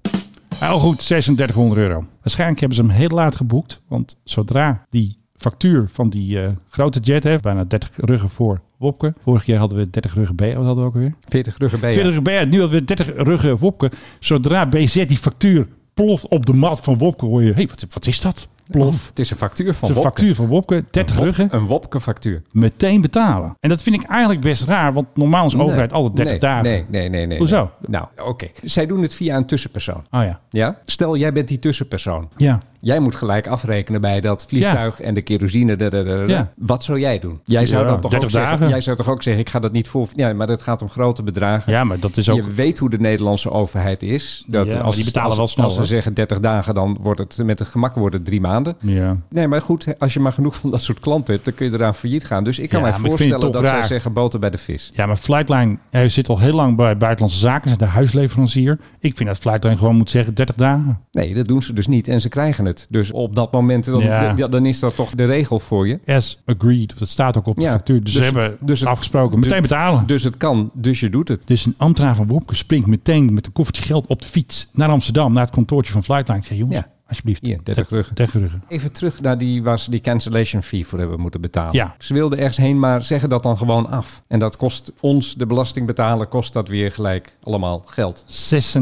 Heel goed, 3600 euro. Waarschijnlijk hebben ze hem heel laat geboekt. Want zodra die factuur van die eh, grote jet heeft, bijna 30 ruggen voor Wopke. Vorig jaar hadden we 30 ruggen B, wat hadden we ook weer? 40 ruggen bij 40 ruggen B, nu hadden we 30 ruggen Wopke. Zodra BZ die factuur ploft op de mat van Wopke. Hoor je, hey, wat, wat is dat? Plof. Het is een factuur van Het is een Wopke. factuur van Wopke, 30 Wop- ruggen, Een Wopke-factuur. meteen betalen. En dat vind ik eigenlijk best raar, want normaal is de overheid alle 30 nee, dagen. Nee, nee, nee. nee Hoezo? nee. Nou, oké. Zij doen het via een tussenpersoon. Oh ja. Ja? Stel, jij bent die tussenpersoon. Ja. Jij moet gelijk afrekenen bij dat vliegtuig en de kerosine. da, da, da, da. Ja. Wat zou jij doen? Jij zou, Ja, dan toch ook 30 zeggen, dagen. jij zou toch ook zeggen, ik ga dat niet voor... Ja, maar het gaat om grote bedragen. ja, maar dat is ook... Je weet hoe de Nederlandse overheid is. Dat Ja, maar als die ze- betalen als- wel snel, Als ze hoor. zeggen 30 dagen, dan wordt het met een gemak worden drie maanden. Ja. Nee, maar goed, als je maar genoeg van dat soort klanten hebt, dan kun je eraan failliet gaan. Dus ik kan Ja, mij maar ik vind het voorstellen toch dat zij raar. zeggen boter bij de vis. Ja, maar Flightline hij zit al heel lang bij Buitenlandse Zaken, is de huisleverancier. Ik vind dat Flightline gewoon moet zeggen 30 dagen. Nee, dat doen ze dus niet en ze krijgen het. Dus op dat moment, dan, Ja. d- dan is dat toch de regel voor je. As agreed, dat staat ook op de Ja, factuur. Dus, dus- ze hebben dus het- afgesproken, meteen dus- betalen. Dus het kan, dus je doet het. Dus een ambtenaar van Wopke springt meteen met een koffertje geld op de fiets naar Amsterdam, naar het kantoortje van Flightline. Ik zeg, jongens, Ja. alsjeblieft. Hier, 30 ruggen. 30 ruggen. Even terug naar die waar ze die cancellation fee voor hebben moeten betalen. Ja. Ze wilden ergens heen, maar zeggen dat dan gewoon af. En dat kost ons, de belastingbetaler, kost dat weer gelijk allemaal geld.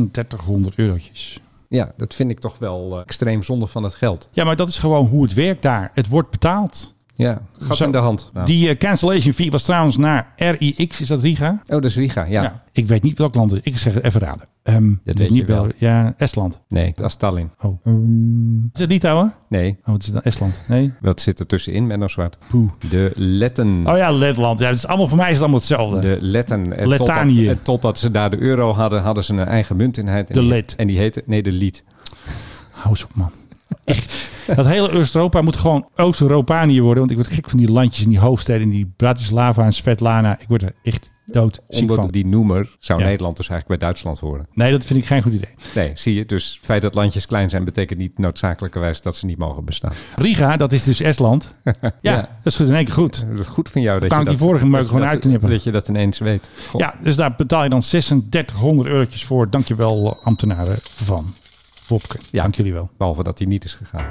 3600 eurotjes. Ja, dat vind ik toch wel eh, extreem zonde van het geld. Ja, maar dat is gewoon hoe het werkt daar. Het wordt betaald. Ja, gat Zo. in de hand. Nou. Die eh, cancellation fee was trouwens naar RIX, is dat Riga? Oh, dat is Riga, ja. Nou, Ik weet niet welk land het is. Ik zeg het even raden. Ehm, het is weet niet je wel. België. Ja, Estland. Nee, dat is Tallinn. Oh. is het Litouwen? Nee, Oh, het is dan Estland. Nee. wat zit er tussenin, Menno Zwart? De Letten. Oh ja, Letland. Ja, het is allemaal, voor mij is het allemaal hetzelfde. De Letten. En Letanië. Totdat, en totdat ze daar de euro hadden, hadden ze een eigen muntinheid. En De die- Let. En die heette, nee, de Lied. Hou eens op, man. Echt. Dat hele Oost-Europa moet gewoon Oost-Europanië worden. Want ik word gek van die landjes in die hoofdsteden. In die Bratislava en Svetlana. Ik word er echt dood ziek Onder van. die noemer zou Ja. Nederland dus eigenlijk bij Duitsland horen. Nee, dat vind ik geen goed idee. Nee, zie je. Dus het feit dat landjes klein zijn betekent niet noodzakelijkerwijs dat ze niet mogen bestaan. Riga, dat is dus Estland. Ja, Ja. dat is goed in één keer goed. Het is goed van jou dat Kan je ik dat... die vorige meuk dat je gewoon dat- uitknippen? Dat je dat ineens weet. Goh. Ja, dus daar betaal je dan 3600 eurotjes voor. Dankjewel, eh, ambtenaren van Wopke. Ja. Dank jullie wel. Behalve dat hij niet is gegaan.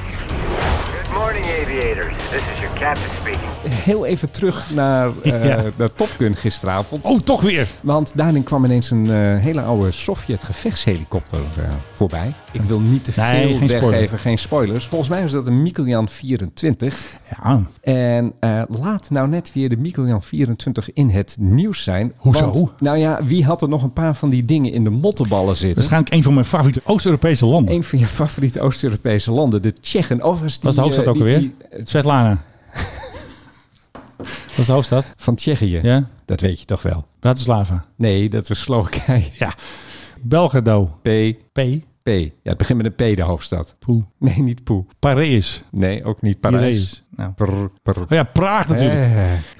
Good morning, aviators. This is your captain speaking. Heel even terug naar, eh Ja. naar Top Gun gisteravond. Oh, toch weer. Want daarin kwam ineens een eh, hele oude Sovjet-gevechtshelikopter eh, voorbij. Ik wil niet te veel Nee, geen weggeven, spoilers. geen spoilers. Volgens mij was dat een Mikoyan 24. Ja, En eh, laat nou net weer de Mikoyan 24 in het nieuws zijn. Hoezo? Want, nou ja, wie had er nog een paar van die dingen in de mottenballen zitten? waarschijnlijk een van mijn favoriete Oost-Europese landen. Een van je favoriete Oost-Europese landen, de Tsjechen. Overigens, die, Was de hoofdstad eh, ook die- alweer? die, eh, Svetlana. Dat is de hoofdstad. van Tsjechië. Ja, Dat weet je toch wel? Bratislava. Nee, dat is Slowakije. Ja. Belgrado. P. P. P. Ja, het begint met een P, de hoofdstad. Poe. Nee, niet Poe. Parijs. Nee, ook niet Parijs. Piraeus. Nou. Prr, prr. Oh ja, Praag natuurlijk. Eh,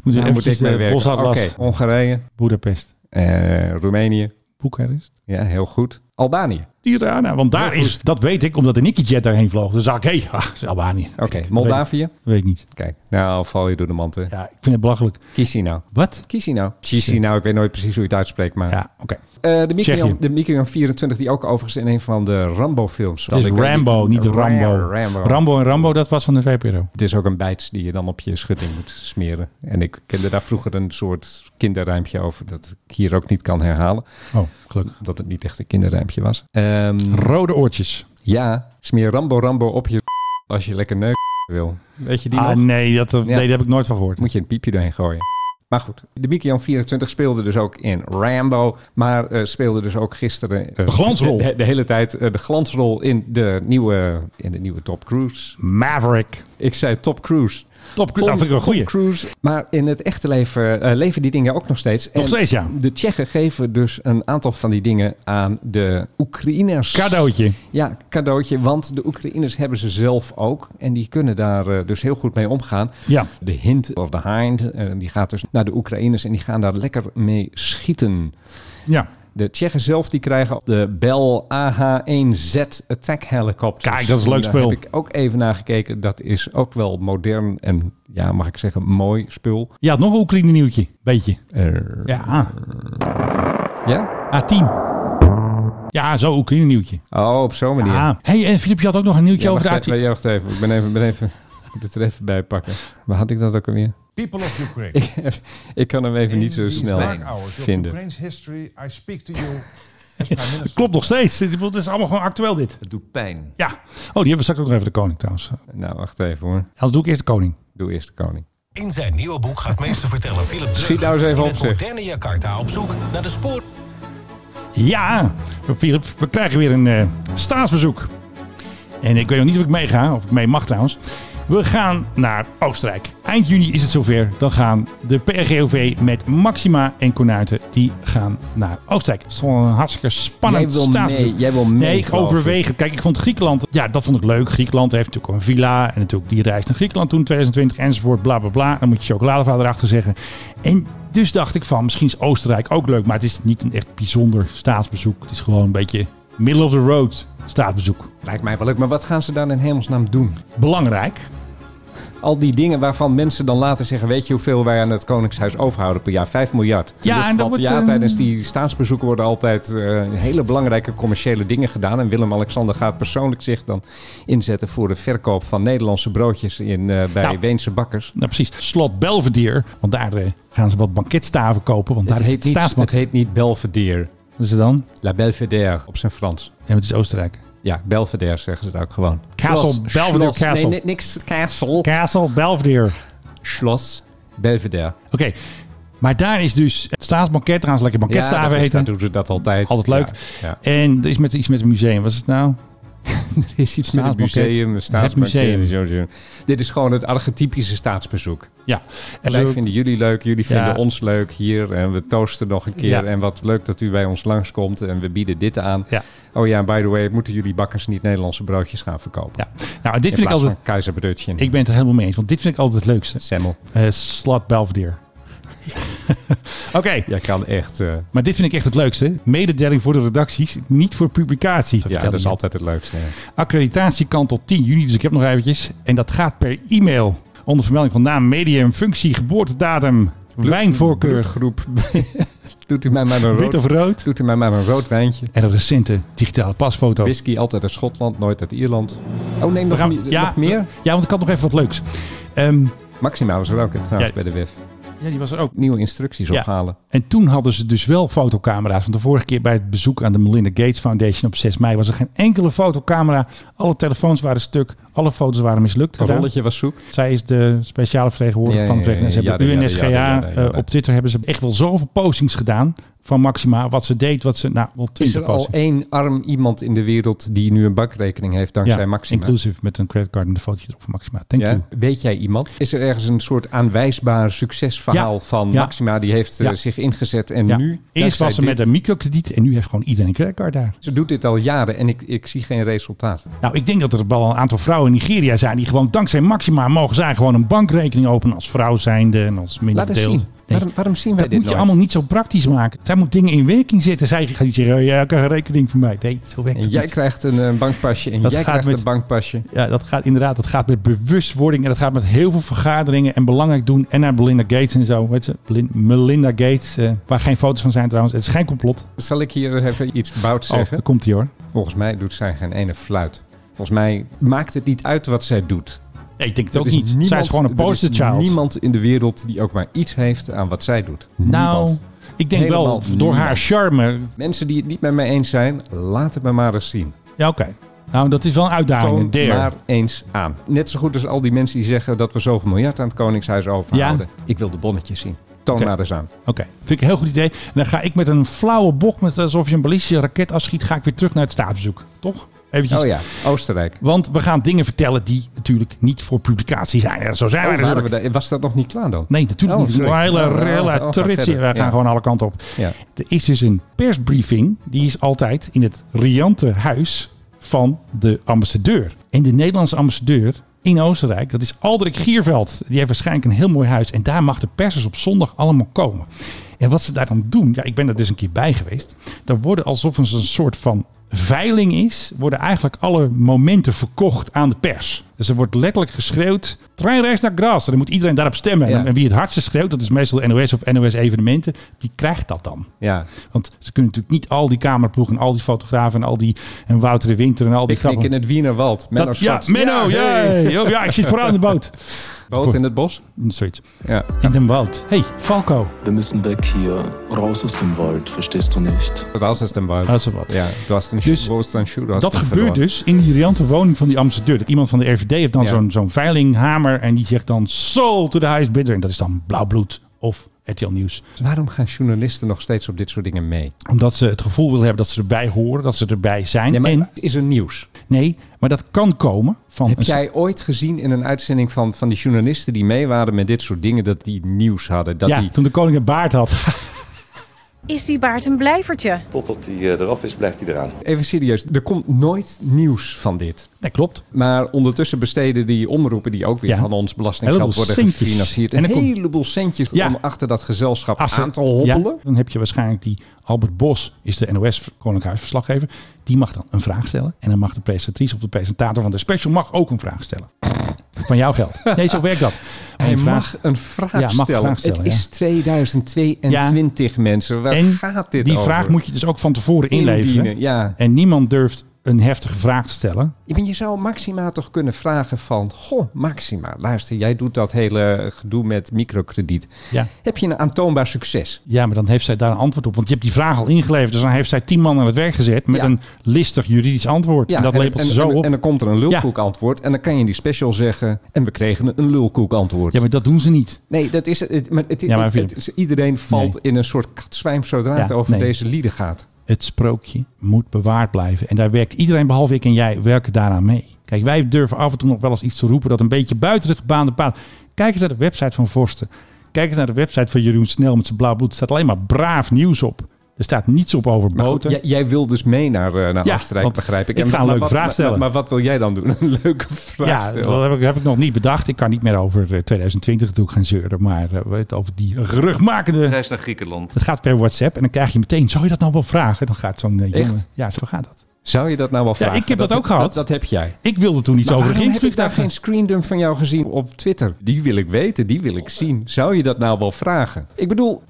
moet daar even moet ik mee werken. Oké, Bosatlas. Hongarije, Boedapest. eh, Roemenië. Boekarest. Ja, heel goed. Albanië. Tirana. Want daar is, dat weet ik, omdat de Nicky Jet daarheen vloog. Dus zag ik, hé, hey, ah, het is Albanië. Oké, Moldavië. Weet ik niet. Kijk, nou val je door de mand. hè. Ja, ik vind het belachelijk. Kies je nou. Wat? Kies je nou. Kies je nou. Ik weet nooit precies hoe je het uitspreekt, maar... Ja, oké. Eh, de Microon, Tsjechië. de Microon 24, die ook overigens in een van de Rambo-films... Het is Ik weet Rambo, niet de Rambo. Rambo. Rambo en Rambo, dat was van de VPRO. Het is ook een bijt die je dan op je schutting moet smeren. En ik kende daar vroeger een soort kinderrijmpje over... dat ik hier ook niet kan herhalen. Oh, gelukkig. Omdat het niet echt een kinderrijmpje was. Ehm, Rode oortjes. ja, smeer Rambo Rambo op je... als je lekker neuk wil. Weet je die nog? ah, nee, dat, nee, daar heb ik nooit van gehoord. Moet je een piepje doorheen gooien. Maar goed, de Mikian 24 speelde dus ook in Rambo. Maar eh, speelde dus ook gisteren... eh, De glansrol. De, de hele tijd eh, de glansrol in de, nieuwe, in de nieuwe Top Cruise. Maverick. Ik zei Top Cruise. Top, dat nou, vind ik een Tom goeie. Cruise. Maar in het echte leven eh, leven die dingen ook nog steeds. Nog steeds, ja. De Tsjechen geven dus een aantal van die dingen aan de Oekraïners. Cadeautje. Ja, cadeautje. Want de Oekraïners hebben ze zelf ook. En die kunnen daar eh, dus heel goed mee omgaan. Ja. De hint of de hind, eh, die gaat dus naar de Oekraïners en die gaan daar lekker mee schieten. Ja. De Tsjechen zelf die krijgen de Bell AH-1Z attack helicopter. Kijk, dat is een leuk spul. Daar heb ik ook even naar gekeken. Dat is ook wel modern en, ja, mag ik zeggen, mooi spul. Je had nog een Oekraïne nieuwtje. Beetje. Eh, Ja. ja? A10. Ja, zo Oekraïne nieuwtje. Oh, op zo'n manier. Ja. Hey, en Filip, je had ook nog een nieuwtje over de wacht A10. even, wacht even. Ik ben even, ben even, ik moet het er even bij pakken. Waar had ik dat ook alweer? People of Ukraine. Ik, ik kan hem even niet zo snel vinden. history, I speak to you Dat klopt nog steeds. Ik bedoel, Het is allemaal gewoon actueel dit. Het doet pijn. Ja. Oh, die hebben we straks ook nog even de koning trouwens. Nou, wacht even hoor. Als doe ik eerst de koning. Doe eerst de koning. In zijn nieuwe boek gaat meesterverteller Philip Dreugen Schiet nou eens even in op, het zeg. moderne Jakarta op zoek naar de spoor. Ja, Philip, we krijgen weer een eh, staatsbezoek. En ik weet nog niet of ik meega, of ik mee mag trouwens. We gaan naar Oostenrijk. Eind juni is het zover. Dan gaan de PRGOV met Maxima en Konuiten, die gaan naar Oostenrijk. Het is gewoon een hartstikke spannend Jij wil staatsbezoek. mee, jij wil mee, Nee, ik geloof overweeg het. Kijk, ik vond Griekenland, ja, dat vond ik leuk. Griekenland heeft natuurlijk een villa en natuurlijk die reis naar Griekenland toen 2020 enzovoort, bla bla bla. Dan moet je chocoladevader achter zeggen. En dus dacht ik van, misschien is Oostenrijk ook leuk, maar het is niet een echt bijzonder staatsbezoek. Het is gewoon een beetje middle of the road staatsbezoek. Lijkt mij wel leuk, maar wat gaan ze dan in hemelsnaam doen? Belangrijk. Al die dingen waarvan mensen dan later zeggen... weet je hoeveel wij aan het Koningshuis overhouden per jaar? Vijf miljard. Ja, Dus en dat want wordt, ja, eh, tijdens die staatsbezoeken worden altijd eh, hele belangrijke commerciële dingen gedaan. En Willem-Alexander gaat persoonlijk zich dan inzetten... voor de verkoop van Nederlandse broodjes in, eh, bij Nou. Weense bakkers. Nou precies, slot Belvedere. Want daar eh, gaan ze wat banketstaven kopen. Want daar het, is heet het niet, het staatsbanket. heet niet Belvedere. Wat is het dan? La Belvedere op zijn Frans. Ja, maar het is Oostenrijk. Ja, Belvedere zeggen ze het ook gewoon. Castle, Belvedere Castle. Nee, ni- niks castle. Castle Belvedere. Schloss Belvedere. Oké, maar daar is dus het staatsbanket. Daar gaan ze lekker ja, banketstaven dat is- eten. daar doen ze dat altijd. Altijd leuk. Ja, ja. En er is met, iets met het museum. Wat is het nou? Er is iets met het Staatsbanket. museum, een Het staatsbanket. museum. zo, zo. Dit is gewoon het archetypische staatsbezoek. Ja. En Wij zo- vinden jullie leuk, jullie Ja. vinden ons leuk hier. En we toosten nog een keer. Ja. En wat leuk dat u bij ons langskomt. En we bieden dit aan. Ja. Oh ja, by the way, moeten jullie bakkers niet Nederlandse broodjes gaan verkopen? ja. Nou, dit In vind ik plaats altijd... van keizerbroodje. Ik ben het er helemaal mee eens. Want dit vind ik altijd het leukste. Semmel, Eh Slot Belvedere. Oké, jij kan echt... eh, maar dit vind ik echt het leukste. Mededeling voor de redacties, niet voor publicatie. ja, dat is altijd. altijd het leukste. ja. Accreditatie kan tot 10 juni, dus ik heb nog eventjes. En dat gaat per e-mail. Onder vermelding van naam, medium, functie, geboortedatum, wijnvoorkeur, Bloedgroep. Doet u mij maar een wit of rood, rood. doet u mij maar een rood wijntje. En een recente digitale pasfoto. Whisky altijd uit Schotland, nooit uit Ierland. Oh nee, nog, gaan- niet- nog meer? Ja, want ik had nog even wat leuks. Ehm, Maxima was er ook hè, trouwens Ja. bij de WIF. ja, die was er ook. Nieuwe instructies Ja. ophalen. En toen hadden ze dus wel fotocamera's. Want de vorige keer bij het bezoek aan de Melinda Gates Foundation op 6 mei was er geen enkele fotocamera. Alle telefoons waren stuk. Alle foto's waren mislukt. Het Gedaan. rolletje was zoek. Zij is de speciale vertegenwoordiger Ja, van de ja, ja, VN. Ze ja, hebben ja, ja, UNSGA ja, ja, ja, ja. eh, op Twitter hebben ze echt wel zoveel postings gedaan van Maxima. Wat ze deed, wat ze... Nou, wel Is 20 er al postings. één arm iemand in de wereld die nu een bankrekening heeft dankzij Maxima? inclusief met een creditcard en een fotootje erop van Maxima. Thank you. Ja? Weet jij iemand? Is er ergens een soort aanwijsbaar succesverhaal Ja. van Ja. Maxima? Die heeft eh, Ja. zich ingezet en Ja. nu... Eerst dankzij was ze met dit- een microkrediet en nu heeft gewoon iedereen een creditcard daar. Ze doet dit al jaren en ik, ik zie geen resultaat. Nou, ik denk dat er wel een aantal vrouwen in Nigeria zijn die gewoon dankzij Maxima mogen zij gewoon een bankrekening openen als vrouw zijnde en als Laat eens minderdeeld. zien. Nee, Waarom, waarom zien wij dat dit moet je nooit? allemaal niet zo praktisch maken. Zij moet dingen in werking zetten. Zij gaat niet zeggen, ja, ik heb een rekening voor mij. Nee, zo werkt En het jij niet. krijgt een eh, bankpasje en Dat jij gaat krijgt met- een bankpasje. Ja, dat gaat inderdaad. Dat gaat met bewustwording. En dat gaat met heel veel vergaderingen en belangrijk doen. En naar Belinda Gates en zo. Weet ze? Belin- Melinda Gates. eh, waar geen foto's van zijn trouwens. Het is geen complot. Zal ik hier even iets bouts Oh, zeggen? daar komt hij hoor. Volgens mij doet zij geen ene fluit. Volgens mij maakt het niet uit wat zij doet. Nee, ik denk het ook is niet. Zij is gewoon een er poster is child. niemand in de wereld die ook maar iets heeft aan wat zij doet. nou, Niemand. ik denk wel Helemaal door haar niemand. charme. Mensen die het niet met mij eens zijn, laat het me maar eens zien. Ja, oké. Nou, dat is wel een uitdaging. Toon een dare. maar eens aan. Net zo goed als al die mensen die zeggen dat we zoveel miljard aan het Koningshuis overhouden. Ik wil de bonnetjes zien. Toon Oké. maar eens aan. Oké, vind ik een heel goed idee. En dan ga ik met een flauwe bocht, met alsof je een ballistische raket afschiet, ga ik weer terug naar het staatsbezoek. Toch? Eventjes. Oh ja, Oostenrijk. Want we gaan dingen vertellen die natuurlijk niet voor publicatie zijn. Ja, Zo zijn wij Oh, waren natuurlijk. we daar- was dat nog niet klaar dan? Nee, natuurlijk Oh, niet. sorry. Een hele Oh, relle oh, oh, ga tritsie. verder. We gaan Ja. gewoon alle kanten op. Ja. Er is dus een persbriefing. Die is altijd in het riante huis van de ambassadeur. En de Nederlandse ambassadeur in Oostenrijk, dat is Alderik Gierveld. Die heeft waarschijnlijk een heel mooi huis. En daar mag de persers op zondag allemaal komen. En wat ze daar dan doen, ja, ik ben er dus een keer bij geweest. Dan worden alsof het een soort van veiling is, worden eigenlijk alle momenten verkocht aan de pers. Dus Dus er wordt letterlijk geschreeuwd, trein rechts naar Gras. En dan moet iedereen daarop stemmen. Ja. En, en wie het hardste schreeuwt, dat is meestal NOS of NOS evenementen, die krijgt dat dan. Ja. Want ze kunnen natuurlijk niet al die cameraploegen en al die fotografen en al die en Wouter de Winter en al die Picnic in het Wienerwald. Menno dat, ja, Schwartz. Menno, ja, hey. hey. Oh, ja, ik zit vooraan de boot. Mm, Boot in het bos. Zoiets. Ja. In den Wald. Hey, Falco. Wir müssen weg hier, raus aus dem Wald, verstehst du nicht? Dat is dan Wald. Dat is wat. Ja, du hast den Dus dus, wo ist dein Schuh? Du hast Dat ihn gebeurt verloren. dus in die riante woning van die ambassadeur. Dat Iemand van de RVD heeft dan Ja. zo'n zo'n veilinghamer en die zegt dan soul to the highest bidder. En dat is dan blauw bloed of RTL Nieuws. Waarom gaan journalisten nog steeds op dit soort dingen mee? Omdat ze het gevoel willen hebben dat ze erbij horen, dat ze erbij zijn. Ja, maar en, is er nieuws? nee, maar dat kan komen van... Heb een- jij ooit gezien in een uitzending van, van die journalisten die mee waren met dit soort dingen, dat die nieuws hadden? Dat ja, die, toen de koning een baard had. Is die baard een blijvertje? Totdat hij eh, eraf is, blijft hij eraan. even serieus, er komt nooit nieuws van dit. dat klopt. Maar ondertussen besteden die omroepen, die ook weer Ja. van ons belastinggeld Heleboel worden centjes. gefinancierd, En een dan komt- heleboel centjes Ja. om achter dat gezelschap Als ze- aan te hobbelen. Ja, dan heb je waarschijnlijk die Albert Bos, is de NOS Koninkhuisverslaggever. Die mag dan een vraag stellen. En dan mag de presentatrice of de presentator van de special mag ook een vraag stellen. Van jouw geld. Nee, zo werkt dat. Hij Een mag vraag- een vraag, Ja, mag een stellen. vraag stellen, Het ja. is 2022, mensen. Waar en gaat dit die over? vraag moet je dus ook van tevoren inleveren. Indienen, ja. En niemand durft een heftige vraag te stellen. Ik bedoel, Je zou Maxima toch kunnen vragen van... Goh, Maxima, luister, jij doet dat hele gedoe met microkrediet. Ja. Heb je een aantoonbaar succes? Ja, maar dan heeft zij daar een antwoord op. Want je hebt die vraag al ingeleverd. Dus dan heeft zij tien man aan het werk gezet met Ja. een listig juridisch antwoord. en dat lepelt en, ze zo en, op. En dan komt er een lulkoek antwoord. En dan kan je in die special zeggen... En we kregen een lulkoek antwoord. ja, maar dat doen ze niet. Nee, dat is het. het- Maar het, Ja, maar het- Philip- het is- iedereen valt Nee. in een soort katzwijm zodra Ja, het over nee. deze lieden gaat. Het sprookje moet bewaard blijven. En daar werkt iedereen, behalve ik en jij, werken daaraan mee. Kijk, wij durven af en toe nog wel eens iets te roepen dat een beetje buiten de gebaande paad. Kijk eens naar de website van Vorsten. Kijk eens naar de website van Jeroen Snel met zijn blauw bloed. Er staat alleen maar braaf nieuws op. Er staat niets op over Maar goed, boten. jij, jij wil dus mee naar, eh, naar Ja, Oostenrijk, want begrijp ik. ik ga En maar- een maar leuke wat- vraag maar- stellen. Maar, wat wil jij dan doen? Een leuke vraag ja, stellen. dat heb ik, heb ik nog niet bedacht. Ik kan niet meer over eh, 2020 natuurlijk gaan zeuren. Maar eh, weet, over die geruchtmakende... Reis naar Griekenland. Het gaat per WhatsApp en dan krijg je meteen, zou je dat nou wel vragen? Dan gaat zo'n eh, Echt? jongen... Ja, zo gaat dat. Zou je dat nou wel vragen? ik heb dat ook gehad. Dat, heb jij. Ik wilde toen iets Maar over waarom heb ik regeringsvliegtuig daar gaan. geen screendump van jou gezien op Twitter? Die wil ik weten, die wil ik zien. Zou je dat nou wel vragen? Ik bedoel,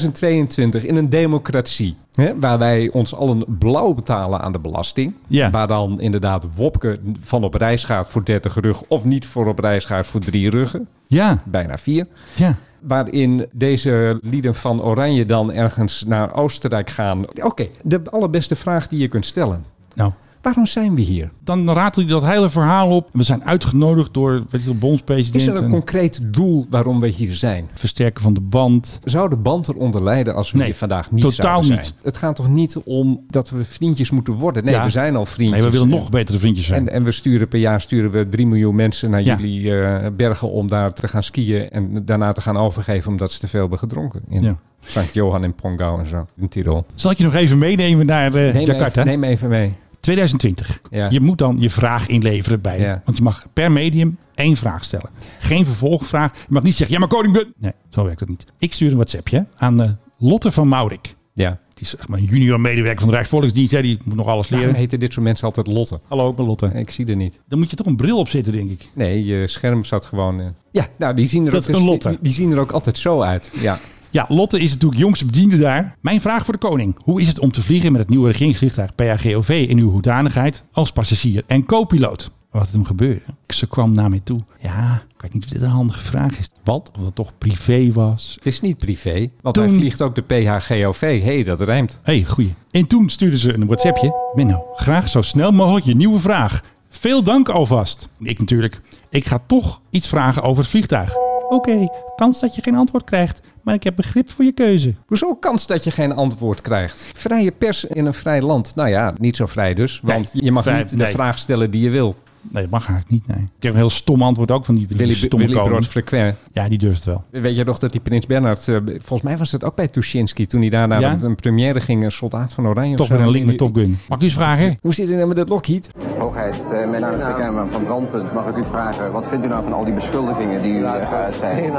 2022 in een democratie... Hè, waar wij ons allen blauw betalen aan de belasting. Ja. Waar dan inderdaad Wopke van op reis gaat voor 30 rug... of niet voor op reis gaat voor drie ruggen. Ja, Bijna vier. ja. Waarin deze lieden van Oranje dan ergens naar Oostenrijk gaan. Oké, de allerbeste vraag die je kunt stellen. Nou, Waarom zijn we hier? dan ratelt hij dat hele verhaal op. We zijn uitgenodigd door weet je, de bondspresident. Is er een en concreet doel waarom we hier zijn? versterken van de band. Zou de band eronder lijden als we Nee, hier vandaag niet totaal zouden zijn? niet. Het gaat toch niet om dat we vriendjes moeten worden? Nee, Ja. we zijn al vriendjes. Nee, we willen nog betere vriendjes zijn. En, en we sturen per jaar sturen we 3 miljoen mensen naar Ja. jullie eh, bergen om daar te gaan skiën en daarna te gaan overgeven omdat ze te veel hebben gedronken. In Ja. Sankt Johan en Pongau en zo. In Tirol. Zal ik je nog even meenemen naar eh, Neem, Jakarta? even, neem even mee. 2020. Ja. Je moet dan je vraag inleveren bij. Ja. Want je mag per medium één vraag stellen. Geen vervolgvraag. Je mag niet zeggen, ja maar koning ben. Nee, zo werkt dat niet. Ik stuur een WhatsAppje aan eh, Lotte van Maurik. Ja. Die is zeg maar een junior medewerker van de Rijksvolksdienst. Hè? Die moet nog alles leren. Waarom heten dit soort mensen altijd Lotte? Hallo, ik ben Lotte. Ik zie er niet. Dan moet je toch een bril op zitten, denk ik. Nee, je scherm zat gewoon... eh. Ja, nou, die zien er, Dat ook, is een Lotte. Die, die zien er ook altijd zo uit. Ja. Ja, Lotte is natuurlijk jongste bediende daar. Mijn vraag voor de koning. Hoe is het om te vliegen met het nieuwe regeringsvliegtuig PAGOV in uw hoedanigheid als passagier en co-piloot? Wat het hem gebeurde. Ze kwam naar mij toe. Ja, ik weet niet of dit een handige vraag is. Wat? Of dat toch privé was. Het is niet privé, want Toen- hij vliegt ook de PHGOV. Hé, hey, dat rijmt. hey, goeie. En toen stuurde ze een WhatsAppje. Menno, graag zo snel mogelijk je nieuwe vraag. Veel dank alvast. Ik natuurlijk. Ik ga toch iets vragen over het vliegtuig. Oké, kans dat je geen antwoord krijgt. Maar ik heb begrip voor je keuze. Hoezo kans dat je geen antwoord krijgt? Vrije pers in een vrij land. Nou ja, niet zo vrij dus. Want Nee, je mag vrij- niet de nee. vraag stellen die je wil. Nee, dat mag eigenlijk niet, nee. Ik heb een heel stom antwoord ook van die Willy, Willy, stomme Willy koning. Brood Frequent. Ja, die durft het wel. Weet je nog dat die prins Bernhard... eh, volgens mij was dat ook bij Tuschinski. Toen hij daar naar Ja? een, een première ging. Een soldaat van Oranje of Toch zo. weer een Die- link met Top Gun. Mag ik u eens vragen? Hoe zit het nou met dat Lockheed? Hoogheid, eh, mijn naam is Rick Emmer van Brandpunt. Mag ik u vragen, wat vindt u nou van al die beschuldigingen die u eh, geuit zijn?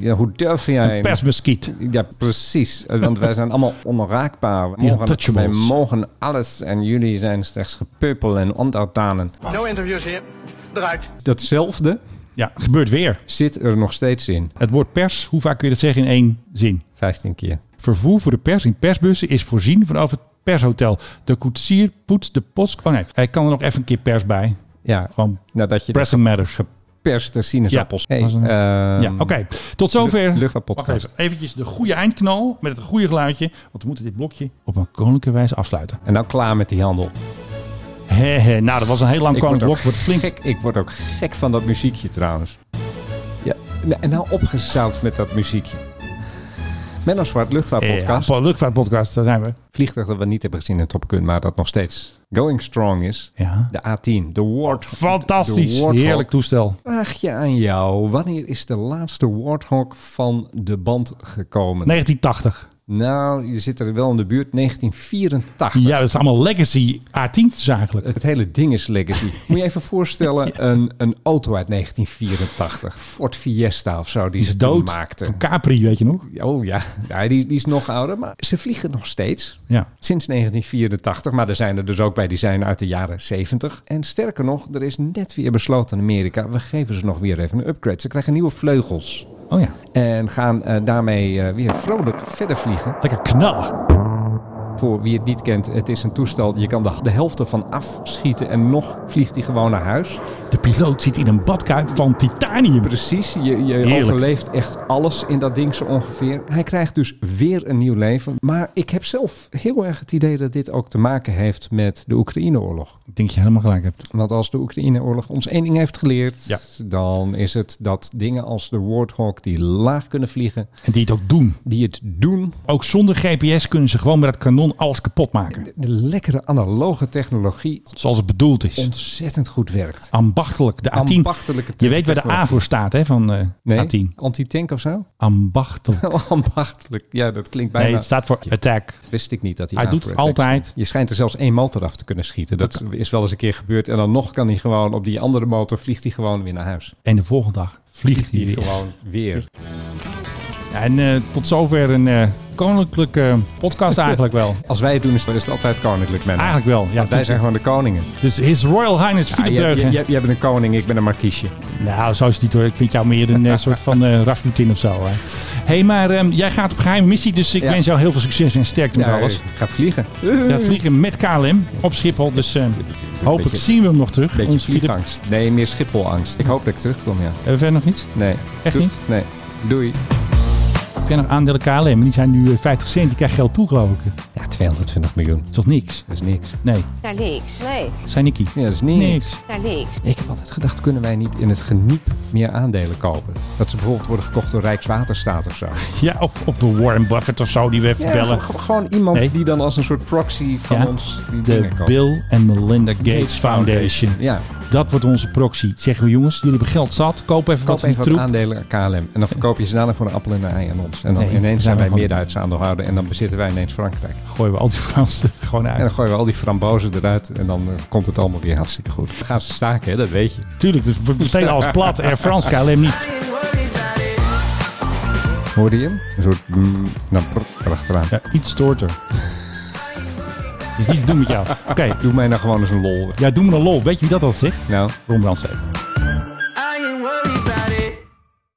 Ja, hoe durf jij? nou Persmuskiet. Ja, precies. Eh, Want wij zijn allemaal onraakbaar. We mogen, wij untouchables. mogen alles en jullie zijn slechts gepeupel en onderdanen. No interviews here. eruit. Datzelfde. Ja, gebeurt weer. Zit er nog steeds in. Het woord pers, hoe vaak kun je dat zeggen in één zin? Vijftien keer. Vervoer voor de pers in persbussen is voorzien vanaf het pershotel. De koetsier poetst de post... Oh nee, hij kan er nog even een keer pers bij. Ja, Gewoon nadat je pressing matters. geperste sinaasappels. Ja, Hey, was een- ehm, ja oké. Tot zover. Lucht- luchtvaartpodcast. Wacht even. Eventjes de goede eindknal met het goede geluidje. Want we moeten dit blokje op een koninklijke wijze afsluiten. En nou klaar met die handel. He, he. Nou, dat was een heel lang Ik word, koninklijk ook blok. Wordt flink. Gek, ik word ook gek van dat muziekje trouwens. Ja, nou, en nou opgezout met dat muziekje. Menno Zwart, luchtvaartpodcast. Ja, luchtvaartpodcast, daar zijn we. Vliegtuig dat we niet hebben gezien in Top Gun, maar dat nog steeds going strong is. Ja. De A10, de Warthog. Oh, Fantastisch. De Warthog. Heerlijk toestel. Vraag je aan jou, wanneer is de laatste Warthog van de band gekomen? 1980. Nou, je zit er wel in de buurt. 1984. Ja, dat is allemaal legacy A10's eigenlijk. Het hele ding is legacy. Moet je even voorstellen, een, een auto uit 1984. Ford Fiesta of zo, die Die ze is toen dood. maakten. Van Capri, weet je nog? Oh ja, ja die, die is nog ouder, maar ze vliegen nog steeds. Ja. Sinds 1984, maar er zijn er dus ook bij die zijn uit de jaren 70. En sterker nog, er is net weer besloten in Amerika, we geven ze nog weer even een upgrade. Ze krijgen nieuwe vleugels Oh ja. en gaan eh, daarmee eh, weer vrolijk verder vliegen. Lekker knallen. Voor wie het niet kent, het is een toestel, je kan de, de helft ervan afschieten en nog vliegt hij gewoon naar huis. De piloot zit in een badkuip van titanium. Precies, je, je Heerlijk. overleeft echt alles in dat ding zo ongeveer. Hij krijgt dus weer een nieuw leven. Maar ik heb zelf heel erg het idee dat dit ook te maken heeft met de Oekraïne-oorlog. Ik denk dat je helemaal gelijk hebt. Want als de Oekraïne-oorlog ons één ding heeft geleerd, Ja. dan is het dat dingen als de Warthog die laag kunnen vliegen, En die het ook doen. die het doen. Ook zonder GPS kunnen ze gewoon met dat kanon alles kapot maken. De lekkere analoge technologie Zoals het bedoeld is. ontzettend goed werkt. Ambachtelijk. De A10. Ambachtelijke je weet waar de A technologie. voor staat, hè? Van eh, Nee, A10. anti-tank of zo? Ambachtelijk. Ambachtelijk. Ja, dat klinkt bijna... Nee, het staat voor attack. Wist ik niet dat hij Hij doet aanvoerder het altijd. tekst- Je schijnt er zelfs één motor af te kunnen schieten. Dat is wel eens een keer gebeurd. En dan nog kan hij gewoon op die andere motor vliegt hij gewoon weer naar huis. En de volgende dag vliegt hij Die weer. gewoon weer. En eh, tot zover een eh, koninklijke eh, podcast eigenlijk wel. Als wij het doen, is dan is het altijd koninklijk men. Eigenlijk wel. Ja, Wij zijn gewoon de koningen. Dus His Royal Highness Philip Ja, Ah, jij, Deugen. jij, jij- jij bent een koning, ik ben een markiesje. Nou, zo is het niet hoor. Ik vind jou meer een eh, soort van eh Rasputin of zo. Hé, hey, maar ehm, jij gaat op geheime missie, dus ik Ja. wens jou heel veel succes en sterkte met Ja, alles. ik ga vliegen. Je gaat vliegen met KLM op Schiphol, dus ehm, hopelijk beetje- zien we hem nog terug. Beetje Ons Philip. vliegangst. Nee, meer Schipholangst. Ik hoop dat ik terugkom, ja. Hebben we verder nog iets? Nee. Echt Doe- niet? Nee. Doei. Heb jij nog aandelen KLM? Die zijn nu eh, 50 cent, die krijg geld toe geloof ik. Dat Ja, 220 miljoen. is toch niks? Dat is niks. Nee, Naar niks. Nee. dat zijn Nicky. Ja, dat is Dat is niks. niks. Naar niks. Ik heb altijd gedacht, kunnen wij niet in het geniep meer aandelen kopen? Dat ze bijvoorbeeld worden gekocht door Rijkswaterstaat of zo. Ja, of, of door Warren Buffett of zo, die we even bellen. ge- gewoon iemand Nee. die dan als een soort proxy van Ja, ons die De dingen koopt. Bill and Melinda Gates Foundation. Ja, Dat wordt onze proxy. Zeggen we jongens, jullie hebben geld zat. Koop even wat koop van die even wat troep. aandelen aan KLM. En dan verkoop je ze daarna voor een appel en een ei aan ons. En dan Nee, ineens zijn we wij gewoon- meer Duitse aandeelhouder en dan bezitten wij ineens Frankrijk. Gooien we al die Fransen er gewoon En dan uit. gooien we al die frambozen eruit en dan eh, komt het allemaal weer hartstikke goed. Dan gaan ze staken, hè? dat weet je. Tuurlijk, dus we besteden alles plat. Air France, KLM niet. Hoorde je hem? Een soort... Mm, dan prr, erachteraan. Ja, iets stoorter. is niets te doen met jou. Oké, Doe mij nou gewoon eens een lol. ja, doe me een lol. Weet je wie dat al zegt? Nou, Ron Brandstede.